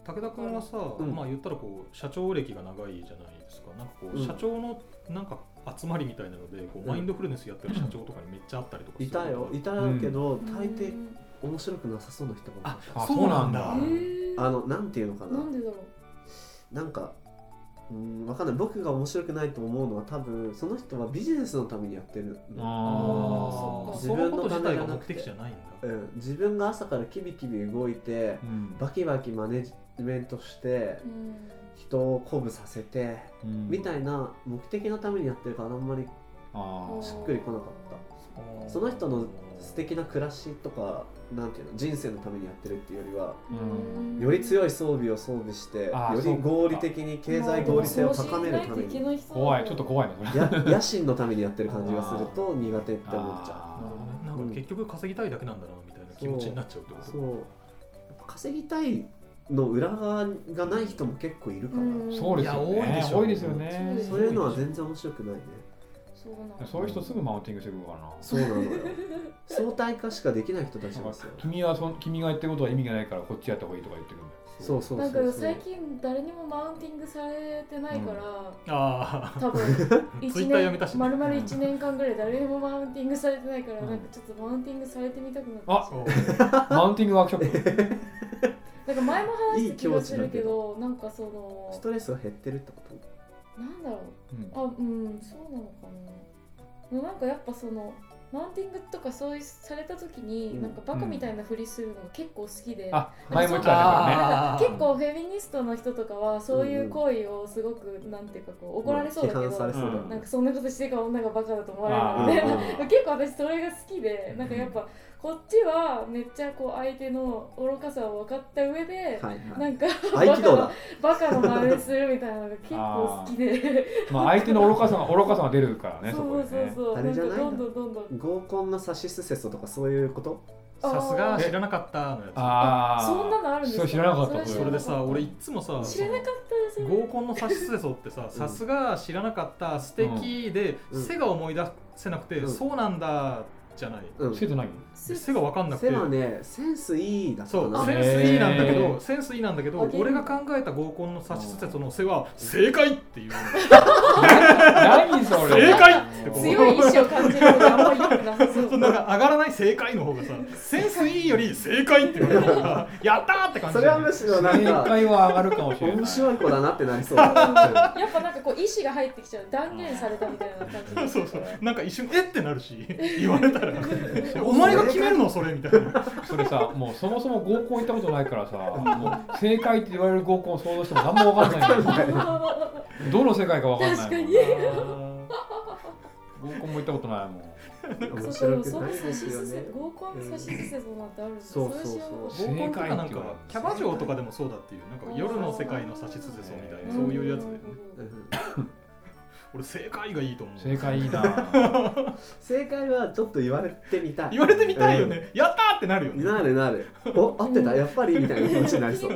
[SPEAKER 2] 武田君はさ、
[SPEAKER 4] うん
[SPEAKER 2] まあ言ったらこう社長歴が長いじゃないですかなんかこう、
[SPEAKER 4] うん
[SPEAKER 2] 社長のなんか集まりみたいなのでこう、
[SPEAKER 4] うん
[SPEAKER 2] マインドフルネスやってる社長とかにめっちゃあったりとかする
[SPEAKER 4] いたよいたけど、大抵面白くなさそうな人が多か
[SPEAKER 3] あ
[SPEAKER 4] っ
[SPEAKER 3] そうなんだ
[SPEAKER 5] えー
[SPEAKER 4] たあのなんていうのかな
[SPEAKER 5] なんでだろう。
[SPEAKER 4] なんかうーんわかんない僕が面白くないと思うのは多分その人はビジネスのためにやってるの
[SPEAKER 2] あ
[SPEAKER 3] ああ
[SPEAKER 2] あ
[SPEAKER 4] ー
[SPEAKER 2] そのこと
[SPEAKER 4] 自分の
[SPEAKER 2] 自体
[SPEAKER 4] ためじ
[SPEAKER 2] が
[SPEAKER 4] ゃな
[SPEAKER 2] 目
[SPEAKER 4] くて
[SPEAKER 2] 的じゃないんだ
[SPEAKER 4] うん、自分が朝からキビキビ動いて
[SPEAKER 3] うん
[SPEAKER 4] バキバキマネジメントして
[SPEAKER 5] うん
[SPEAKER 4] 人を鼓舞させてみたいな目的のためにやってるからあんまり
[SPEAKER 3] あー
[SPEAKER 4] しっくりこなかっその人の素敵な暮らしとかなんていうの人生のためにやってるっていうよりは
[SPEAKER 3] うん
[SPEAKER 4] より強い装備を装備してよ
[SPEAKER 3] あーそう
[SPEAKER 4] り
[SPEAKER 3] か
[SPEAKER 4] 合理的に経済合理性を高めるために
[SPEAKER 5] に
[SPEAKER 3] 怖いちょっと怖いなこれ
[SPEAKER 4] や野心のためにやってる感じがすると苦手って思っちゃ
[SPEAKER 3] あ
[SPEAKER 2] な
[SPEAKER 4] うんん
[SPEAKER 2] か結局稼ぎたいだけなんだなみたいな気持ちになっちゃうってこ
[SPEAKER 4] う
[SPEAKER 2] と
[SPEAKER 4] そうやっぱ稼ぎたいの裏側がない人も結構いるから、
[SPEAKER 5] うん
[SPEAKER 3] ーそうですよね
[SPEAKER 2] いや多いでしょ
[SPEAKER 3] 多いですよね
[SPEAKER 4] そういうのは全然面白
[SPEAKER 5] *laughs*
[SPEAKER 4] くないね
[SPEAKER 5] そうなんだ
[SPEAKER 3] そういう人すぐマウンティングしてくるからな
[SPEAKER 4] そうなのよ相対化しかできない人たちですよ
[SPEAKER 3] 君はそ君が言ってることは意味がないからこっちやった方がいいとか言ってくるんだよ
[SPEAKER 4] そうそうそ
[SPEAKER 5] だ
[SPEAKER 4] う
[SPEAKER 5] か
[SPEAKER 4] そう
[SPEAKER 5] ら最近誰にもマウンティングされてないから、
[SPEAKER 2] ああ
[SPEAKER 5] 多分
[SPEAKER 2] ツイ
[SPEAKER 5] 一
[SPEAKER 2] ッターやめ
[SPEAKER 5] 年
[SPEAKER 2] たしね
[SPEAKER 5] まるまる1年間ぐらい誰にもマウンティングされてないから、
[SPEAKER 3] うん
[SPEAKER 5] なんかちょっとマウンティングされてみたくなってき
[SPEAKER 3] あ
[SPEAKER 5] た
[SPEAKER 2] そう
[SPEAKER 3] マウンティングワークショッ *laughs* プ
[SPEAKER 5] なんか前も話した気がす
[SPEAKER 4] い
[SPEAKER 5] る
[SPEAKER 4] い気持ちだけ
[SPEAKER 5] けどなんかその
[SPEAKER 4] ストレスが減ってるってこと
[SPEAKER 5] なんだろう
[SPEAKER 3] うん
[SPEAKER 5] あうんそうなのかなでもなんかやっぱそのマウンティングとかそういうされた時に、
[SPEAKER 4] うん
[SPEAKER 5] なんかバカみたいなふりするのが結構好きで、
[SPEAKER 3] あ前も言ってたけどね
[SPEAKER 5] なんか結構フェミニストの人とかはそういう行為をすごくなんていうかこう怒られそうだけ
[SPEAKER 4] まあ
[SPEAKER 5] ど、
[SPEAKER 4] 批判されそうだよね
[SPEAKER 5] なんかそんなことしてから女がバカだと思わ
[SPEAKER 3] あ
[SPEAKER 5] れるの
[SPEAKER 4] ー
[SPEAKER 5] で結構私それが好きでなんかやっぱこっちはめっちゃこう相手の愚かさを分かった上で、
[SPEAKER 4] はい
[SPEAKER 5] な
[SPEAKER 4] はい
[SPEAKER 5] んか
[SPEAKER 4] 合気道だ
[SPEAKER 5] バカの真似するみたいなのが結構好きで
[SPEAKER 3] まあ相手の愚かさが愚かさが出るからね
[SPEAKER 5] そ
[SPEAKER 3] そこ
[SPEAKER 5] う
[SPEAKER 3] で
[SPEAKER 5] そう
[SPEAKER 3] ね
[SPEAKER 5] そう、
[SPEAKER 4] あ
[SPEAKER 5] な
[SPEAKER 4] れ
[SPEAKER 5] ん
[SPEAKER 4] じ
[SPEAKER 5] か
[SPEAKER 4] ゃない
[SPEAKER 5] どんどんどんどん
[SPEAKER 4] 合コンのサシスセソとかそういうこと
[SPEAKER 2] さすが知らなかったのやつ
[SPEAKER 3] ああ
[SPEAKER 5] そんなのあるんですか
[SPEAKER 3] 知らなかった
[SPEAKER 5] そ
[SPEAKER 2] それでさ俺いっつもさ
[SPEAKER 5] 知らなかったです
[SPEAKER 2] 合コンの差しすせそってささすが知らなかった素敵で、
[SPEAKER 4] うん
[SPEAKER 2] 背が思い出せなくて、
[SPEAKER 4] うん
[SPEAKER 2] そうなんだじゃない、
[SPEAKER 4] うん
[SPEAKER 3] 生徒何
[SPEAKER 2] で背が分かんなく
[SPEAKER 4] セ
[SPEAKER 2] て
[SPEAKER 4] はねセンスいいだった
[SPEAKER 2] そ
[SPEAKER 4] かな
[SPEAKER 2] う
[SPEAKER 3] あ
[SPEAKER 2] センスいいなんだけ
[SPEAKER 3] へ
[SPEAKER 2] ど
[SPEAKER 3] ー
[SPEAKER 2] センスいいなんだけど
[SPEAKER 5] あゲーム
[SPEAKER 2] 俺が考えた合コンの差しすせその背は正解っていう
[SPEAKER 3] 何それ
[SPEAKER 2] 正解ってこう
[SPEAKER 5] 強い意志を感じるのがあんまり良くなさそ
[SPEAKER 2] そううなんか上がらない正解の方がさセンスいいより正解って言われたらやったーって感じ
[SPEAKER 4] そ
[SPEAKER 2] だ
[SPEAKER 4] れは
[SPEAKER 2] よね
[SPEAKER 4] むしろなん
[SPEAKER 3] 正
[SPEAKER 4] か
[SPEAKER 3] 解は上がるかもしれない
[SPEAKER 4] 面白い子だなってなり
[SPEAKER 2] *laughs*
[SPEAKER 4] そうだ
[SPEAKER 5] やっぱなんかこう意思が入ってきちゃう断言されたみたいな感じで
[SPEAKER 2] *laughs* そうそうなんか一瞬えってなるし言われたらお前が決めるのそれみたいな
[SPEAKER 3] それさもうそもそも合コン行ったことないからさもう正解って言われる合コンを想像しても何も分かんないんだよどの世界か分かんないもん
[SPEAKER 5] 確かに
[SPEAKER 3] 合コンも行ったことないもん
[SPEAKER 4] 面
[SPEAKER 5] そうで
[SPEAKER 4] 白
[SPEAKER 5] も
[SPEAKER 4] く
[SPEAKER 5] そ
[SPEAKER 4] な
[SPEAKER 5] の
[SPEAKER 4] い
[SPEAKER 5] 差
[SPEAKER 4] で
[SPEAKER 5] し
[SPEAKER 4] すよ
[SPEAKER 5] すせ
[SPEAKER 4] ね
[SPEAKER 5] 合コンの差しすせそうなんてあるんです
[SPEAKER 4] そうそうそう
[SPEAKER 5] れ知らなかった
[SPEAKER 2] 合コンとかなんかキャバ
[SPEAKER 3] 正解って言われる
[SPEAKER 2] 嬢とかでもそうだっていうなんか夜の世界の指しすせそうみたいなそういうやつで、ね、
[SPEAKER 4] うん
[SPEAKER 2] 俺正解がいいと思う
[SPEAKER 3] 正解いいな
[SPEAKER 4] 正解はちょっと言われてみたい
[SPEAKER 2] 言われてみたいよね、やったーってなるよね
[SPEAKER 4] なるな *laughs* るお合ってたやっぱりみたいな気持ちになりそう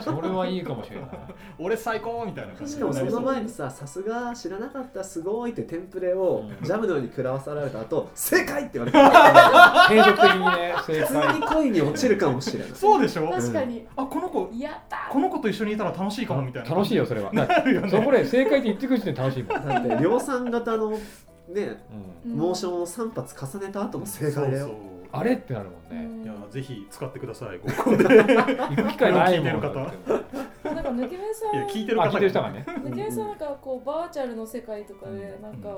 [SPEAKER 3] それはいいかもしれない
[SPEAKER 2] 俺最高みたいな感じ
[SPEAKER 4] し
[SPEAKER 2] に
[SPEAKER 4] か
[SPEAKER 2] な
[SPEAKER 4] も
[SPEAKER 2] り
[SPEAKER 4] その前に
[SPEAKER 2] そう
[SPEAKER 4] ささすが知らなかったすごいってテンプレを
[SPEAKER 3] うん
[SPEAKER 4] ジャムのように食らわされた後正解って言われた
[SPEAKER 2] *laughs*
[SPEAKER 3] 変則的にね正
[SPEAKER 4] 普通に
[SPEAKER 3] 解
[SPEAKER 4] 恋に落ちるかもしれない
[SPEAKER 2] そうでしょ
[SPEAKER 5] 確かに
[SPEAKER 2] あこの子
[SPEAKER 5] やった
[SPEAKER 2] この子と一緒にいたら楽しいかもみたいな
[SPEAKER 3] 楽しいよそれはだって
[SPEAKER 2] あるよね
[SPEAKER 3] そこで正解って言ってくる時点で楽しいもん、
[SPEAKER 4] だって量産型のね
[SPEAKER 3] うん
[SPEAKER 5] うん
[SPEAKER 4] モーションを3発重ねた後も正解だ
[SPEAKER 2] そう
[SPEAKER 4] よ
[SPEAKER 2] そう
[SPEAKER 3] あれってなるもん
[SPEAKER 5] う
[SPEAKER 3] ね
[SPEAKER 5] ん
[SPEAKER 2] いや
[SPEAKER 5] な
[SPEAKER 2] ぜひ使ってください合コンでいや
[SPEAKER 3] 行く機会ないもん
[SPEAKER 2] これ
[SPEAKER 5] ん
[SPEAKER 2] を聞い
[SPEAKER 3] だって
[SPEAKER 5] か抜け目さん
[SPEAKER 2] 聞いてる
[SPEAKER 3] あ
[SPEAKER 2] 方
[SPEAKER 3] 聞いてる人がね
[SPEAKER 5] 抜け目さんなんかこうバーチャルの世界とかで
[SPEAKER 3] うん
[SPEAKER 5] なんかお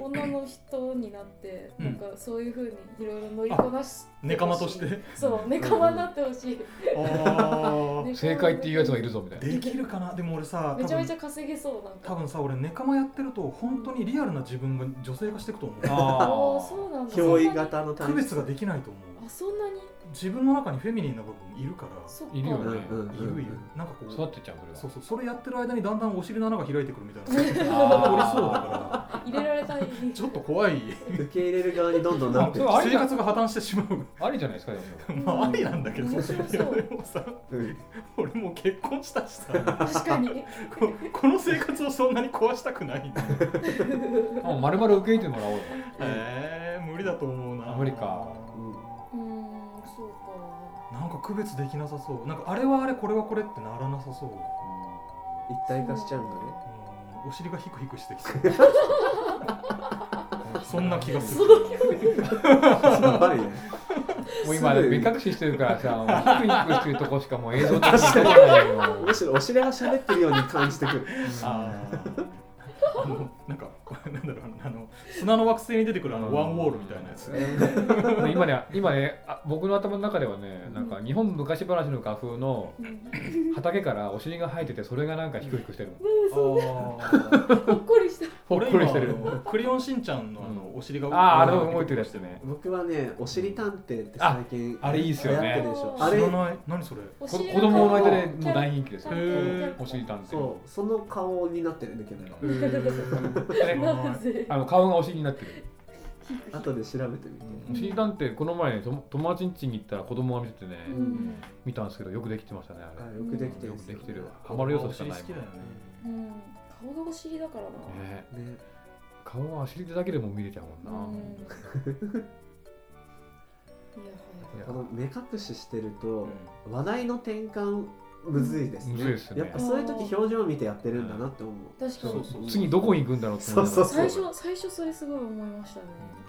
[SPEAKER 5] お女の人になって
[SPEAKER 2] うん
[SPEAKER 5] なんかそういうふうにいろいろ乗りこなし
[SPEAKER 2] ネカマと
[SPEAKER 3] *laughs*
[SPEAKER 2] して
[SPEAKER 5] そうネカマになってほしい
[SPEAKER 2] あー
[SPEAKER 3] 正解っていうやつがいるぞみたいな
[SPEAKER 2] できるかなでも俺さ
[SPEAKER 5] め
[SPEAKER 2] 多
[SPEAKER 5] ちゃめ
[SPEAKER 2] 分
[SPEAKER 5] ちゃ稼げそうなんか
[SPEAKER 2] 多分さ俺ネカマやってると本当にリアルな自分が女性化していくと思う
[SPEAKER 5] ああ
[SPEAKER 3] あ
[SPEAKER 5] そうなんだ
[SPEAKER 4] 憑依型の
[SPEAKER 2] 区別が
[SPEAKER 4] き
[SPEAKER 2] できないと思う
[SPEAKER 5] あそんなに
[SPEAKER 2] 自分の中にフェミニンな部分いるから
[SPEAKER 5] そっか
[SPEAKER 3] いるよね、
[SPEAKER 4] うんうん
[SPEAKER 2] いるいるなんかこう
[SPEAKER 3] 育ってっちゃうそれは
[SPEAKER 2] そうそうそれやってる間にだんだんお尻の穴が開いてくるみたいな起こり
[SPEAKER 3] あー
[SPEAKER 2] そうだか
[SPEAKER 5] 入れられたい
[SPEAKER 2] らちょっと怖い
[SPEAKER 4] 受け入れる側にどんどんな
[SPEAKER 2] まあ
[SPEAKER 4] っていく
[SPEAKER 3] あれ
[SPEAKER 2] 生活が破綻してしまう
[SPEAKER 3] ありじゃないですかでも
[SPEAKER 2] まあありなんだけど
[SPEAKER 5] 面白そう
[SPEAKER 2] いやでもさ
[SPEAKER 4] うん
[SPEAKER 2] 俺もう結婚したしさ
[SPEAKER 5] 確かに *laughs*
[SPEAKER 2] ここの生活をそんなに壊したくないんだよ
[SPEAKER 3] もう丸々受け入れてもらおうよ
[SPEAKER 2] えー、無理だと思うな
[SPEAKER 3] 無理か
[SPEAKER 5] うんそうか
[SPEAKER 2] なんか区別できなさそうなんかあれはあれこれはこれってならなさそう、
[SPEAKER 4] 一体化しちゃうんだね *laughs*
[SPEAKER 2] うん、お尻がヒクヒクしてきそう
[SPEAKER 3] *laughs*
[SPEAKER 2] そんな気がする
[SPEAKER 4] やばいね
[SPEAKER 3] もう今目
[SPEAKER 4] すぐ
[SPEAKER 3] 隠ししてるからさもうヒクヒクしてるとこしかもう映像的に出てないよ
[SPEAKER 4] むしろお尻が喋ってるように感じてくる
[SPEAKER 2] あーあのなんかなんだろうあの砂の惑星に出てくるあのワンウォールみたいなやつ、
[SPEAKER 3] うん今ね今ねあ僕の頭の中ではねなんか日本昔話の画風の
[SPEAKER 5] うん
[SPEAKER 3] 畑からお尻が生えててそれがなんかヒクヒクしてる
[SPEAKER 2] ああ
[SPEAKER 5] ほっこりした
[SPEAKER 3] ほっこりしてる
[SPEAKER 2] クレヨンしんちゃんのあのお尻が
[SPEAKER 3] あああれ覚えてるやつね
[SPEAKER 4] 僕はねお尻探偵って最近
[SPEAKER 3] ああれいいっすよね
[SPEAKER 4] 流行ってるでしょ
[SPEAKER 2] あ
[SPEAKER 4] あ
[SPEAKER 2] れ
[SPEAKER 4] れ
[SPEAKER 2] 知らない何それ
[SPEAKER 5] お
[SPEAKER 3] こ
[SPEAKER 5] 尻
[SPEAKER 3] 子供の間で
[SPEAKER 5] キャ
[SPEAKER 3] も
[SPEAKER 5] ラ
[SPEAKER 3] う大人気ですよ
[SPEAKER 5] へ
[SPEAKER 2] ー
[SPEAKER 3] お尻探偵
[SPEAKER 4] そうその顔になってるんだけど
[SPEAKER 2] へー
[SPEAKER 3] う
[SPEAKER 5] なぜ
[SPEAKER 3] あの顔がお尻になってる
[SPEAKER 4] 後で調べてみて
[SPEAKER 3] お尻探偵この前ねとも友達ん家に行ったら子供が見ててね、
[SPEAKER 4] う
[SPEAKER 5] うんん
[SPEAKER 3] 見たんですけどよくできてましたねあ
[SPEAKER 4] あ
[SPEAKER 3] れ
[SPEAKER 4] よくできてる
[SPEAKER 3] よく
[SPEAKER 4] んす
[SPEAKER 3] で
[SPEAKER 4] よ
[SPEAKER 3] きてるハマる要素しかない
[SPEAKER 2] お尻好きだよね
[SPEAKER 5] うん顔がお尻だからな
[SPEAKER 3] ね
[SPEAKER 4] ね
[SPEAKER 3] 顔は走りだけでも見れちゃうもんな、
[SPEAKER 5] うんいや
[SPEAKER 3] いや
[SPEAKER 4] この目隠ししてると
[SPEAKER 2] う
[SPEAKER 4] 話題の転換むずいです
[SPEAKER 3] む
[SPEAKER 4] ね
[SPEAKER 3] ずいですね
[SPEAKER 4] やっぱそういう時表情見てやってるんだなって思う
[SPEAKER 5] はい確か
[SPEAKER 2] そう
[SPEAKER 5] に
[SPEAKER 2] そう
[SPEAKER 3] 次どこに行くんだろうって思いなが
[SPEAKER 4] そう
[SPEAKER 3] ら
[SPEAKER 4] そう
[SPEAKER 5] 最初最初それすごい思いましたね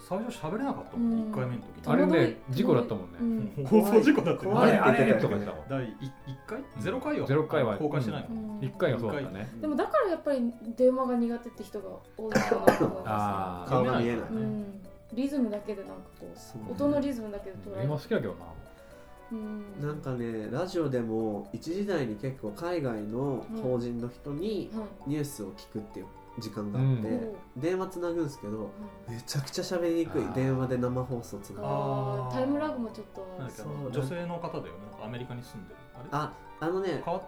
[SPEAKER 2] 最初喋れなかったもんね、
[SPEAKER 5] うん
[SPEAKER 2] 1回目の時
[SPEAKER 3] あれね
[SPEAKER 5] うん
[SPEAKER 3] 事故だったもんね、
[SPEAKER 5] うん
[SPEAKER 2] に放送事故だって
[SPEAKER 4] 怖
[SPEAKER 3] あ
[SPEAKER 4] い
[SPEAKER 3] れあ
[SPEAKER 4] 怖い
[SPEAKER 3] れ
[SPEAKER 4] って
[SPEAKER 3] と
[SPEAKER 4] 言
[SPEAKER 3] か
[SPEAKER 4] っ
[SPEAKER 3] 言ってて
[SPEAKER 4] たよ
[SPEAKER 3] たも
[SPEAKER 2] 第
[SPEAKER 3] ん
[SPEAKER 2] 1回ゼロ回よ
[SPEAKER 3] ゼロ回は
[SPEAKER 2] 公開してないの、
[SPEAKER 5] うん
[SPEAKER 3] 1回がそうだったね
[SPEAKER 5] でもだからやっぱり電話が苦手って人が多いのかなと思いま
[SPEAKER 3] あ
[SPEAKER 4] 顔が見えない
[SPEAKER 5] すね、うん、リズムだけでなんかこ
[SPEAKER 4] そう
[SPEAKER 5] う音のリズムだけで捉
[SPEAKER 3] あ
[SPEAKER 5] え
[SPEAKER 3] 今
[SPEAKER 5] る
[SPEAKER 3] 好きだけどな
[SPEAKER 5] うん
[SPEAKER 4] なんかねラジオでも一時代に結構海外の法人の人に
[SPEAKER 5] はい
[SPEAKER 4] ニュースを聞くっていう時間があって、
[SPEAKER 5] うん
[SPEAKER 4] 電話つなぐんですけどめちゃくちゃ喋りにくい
[SPEAKER 3] あー
[SPEAKER 4] 電話で生放送つなぐ
[SPEAKER 5] あ
[SPEAKER 2] あ
[SPEAKER 5] ー
[SPEAKER 2] ー
[SPEAKER 5] タイムラグもちょっと
[SPEAKER 2] なんだっけあの
[SPEAKER 4] そう
[SPEAKER 2] 女性の方だよねなんかアメリカに住んでるあれ
[SPEAKER 4] ああのね
[SPEAKER 2] 変わった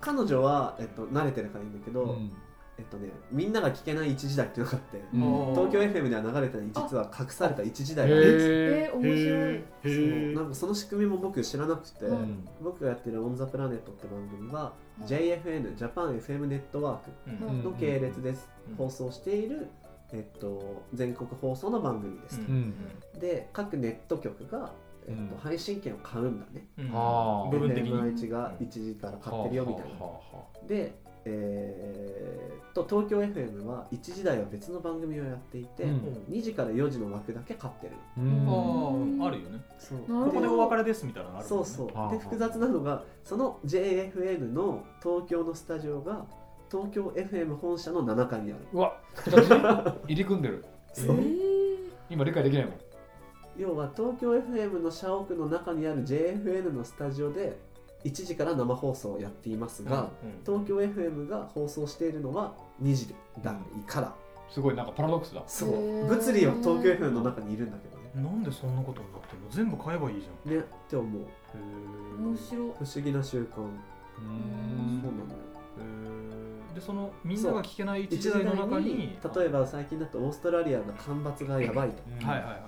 [SPEAKER 4] 彼女は、えっと、慣れてるからいいんだけど、
[SPEAKER 3] うん
[SPEAKER 4] えっとねみんなが聞けない一時代っていうのがあって、
[SPEAKER 3] うん
[SPEAKER 2] あー
[SPEAKER 4] 東京 FM では流れてない実は隠された一時代があるんです
[SPEAKER 3] へえ
[SPEAKER 5] えー、面白い
[SPEAKER 2] へ
[SPEAKER 4] そう
[SPEAKER 2] ーへ
[SPEAKER 4] なんかその仕組みも僕知らなくて、
[SPEAKER 5] う
[SPEAKER 4] 僕がやってる「オン・ザ・プラネット」って番組は、
[SPEAKER 5] うん
[SPEAKER 4] JFN ジャパン FM ネットワーク
[SPEAKER 2] ー
[SPEAKER 5] うん
[SPEAKER 4] の系列で
[SPEAKER 2] うん
[SPEAKER 4] 放送している、えっと、全国放送の番組です、
[SPEAKER 2] うん
[SPEAKER 4] で各ネット局が、えっと
[SPEAKER 3] うん
[SPEAKER 4] 配信権を買うんだね、
[SPEAKER 2] うん
[SPEAKER 3] あー
[SPEAKER 2] 部分的に
[SPEAKER 4] FMH が
[SPEAKER 2] うん
[SPEAKER 4] 1時から買ってるよみたいな、
[SPEAKER 3] はあはあは
[SPEAKER 4] でえーっと東京 FM は1時台は別の番組をやっていて、
[SPEAKER 3] うん
[SPEAKER 4] 2時から4時の枠だけ買ってるの
[SPEAKER 3] あうん
[SPEAKER 2] あ
[SPEAKER 5] は
[SPEAKER 2] ーあるよね
[SPEAKER 4] そう
[SPEAKER 5] な
[SPEAKER 2] こ
[SPEAKER 5] るほど
[SPEAKER 2] こでお別れですみたいなのあるもん
[SPEAKER 4] そ
[SPEAKER 2] ね
[SPEAKER 4] うそう
[SPEAKER 3] ああ
[SPEAKER 4] で複雑なのがその JFN の東京のスタジオが東京 FM 本社の7階にある
[SPEAKER 3] うわ私入り組んでる
[SPEAKER 4] そう
[SPEAKER 5] えー
[SPEAKER 3] 今理解できないもん
[SPEAKER 4] 要は東京 FM の社屋の中にある JFN のスタジオで1時から生放送をやっていますが、
[SPEAKER 2] うん
[SPEAKER 4] 東京 FM が放送しているのは2時台から、
[SPEAKER 3] すごいなんかパラドックスだ
[SPEAKER 4] そ
[SPEAKER 5] へー
[SPEAKER 4] う物理は東京 FM の中にいるんだけどね
[SPEAKER 2] なんでそんなことになってるの全部買えばいいじゃん
[SPEAKER 4] ねって思う
[SPEAKER 2] へー
[SPEAKER 5] 面白い
[SPEAKER 4] 不思議な習慣、
[SPEAKER 3] う
[SPEAKER 4] そうなの
[SPEAKER 3] ん
[SPEAKER 4] よ
[SPEAKER 2] へーでそのみんなが聞けない一時代の中に
[SPEAKER 4] 一時代に例えば最近だとオーストラリアの干ばつがやばいと
[SPEAKER 3] うん
[SPEAKER 2] はいはいはい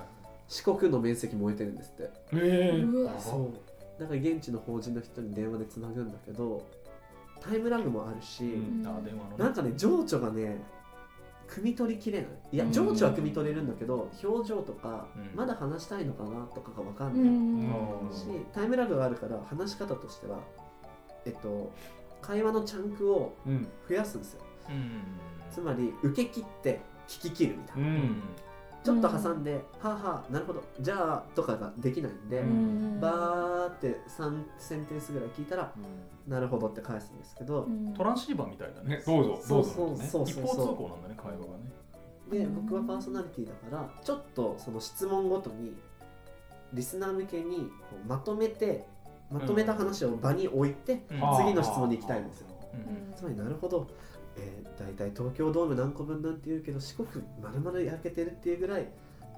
[SPEAKER 4] 四国の面積燃えてるんですって
[SPEAKER 3] ええ
[SPEAKER 5] うわ
[SPEAKER 4] そうだから現地の法人の人に電話でつなぐんだけどタイムラグもあるし、
[SPEAKER 3] うん
[SPEAKER 2] あー電話のね
[SPEAKER 4] なんかね情緒がね汲み取りきれないいや
[SPEAKER 3] うん
[SPEAKER 4] 情緒は汲み取れるんだけど表情とか、
[SPEAKER 2] うん
[SPEAKER 4] まだ話したいのかなとかが分か
[SPEAKER 5] うん
[SPEAKER 4] ない
[SPEAKER 5] ん
[SPEAKER 4] し、タイムラグがあるから話し方としてはえっと会話のチャンクを
[SPEAKER 3] うん
[SPEAKER 4] 増やすんですよ
[SPEAKER 2] うん
[SPEAKER 4] つまり受け切って聞き切るみたいうな、
[SPEAKER 2] うん
[SPEAKER 3] ん
[SPEAKER 4] ちょっと挟んで「はあはあなるほどじゃあ」とかができないんで、
[SPEAKER 3] う
[SPEAKER 5] うん
[SPEAKER 4] バーって3センテンスぐらい聞いたら「なるほど」って返すんですけど、
[SPEAKER 5] うん
[SPEAKER 2] トランシーバーみたいだね
[SPEAKER 3] ねどうぞど
[SPEAKER 4] そ
[SPEAKER 3] うぞ
[SPEAKER 4] うそうそう
[SPEAKER 2] 一
[SPEAKER 4] そう
[SPEAKER 2] 方通行なんだね会話がね
[SPEAKER 4] で僕はパーソナリティだからちょっとその質問ごとにリスナー向けにこうまとめてまとめた話を場に置いて、
[SPEAKER 2] うん
[SPEAKER 3] あー
[SPEAKER 4] 次の質問に行きたいんですよ
[SPEAKER 2] うん
[SPEAKER 5] うん
[SPEAKER 4] つまりなるほど、えー、大体東京ドーム何個分なんていうけど四国丸々焼けてるっていうぐらい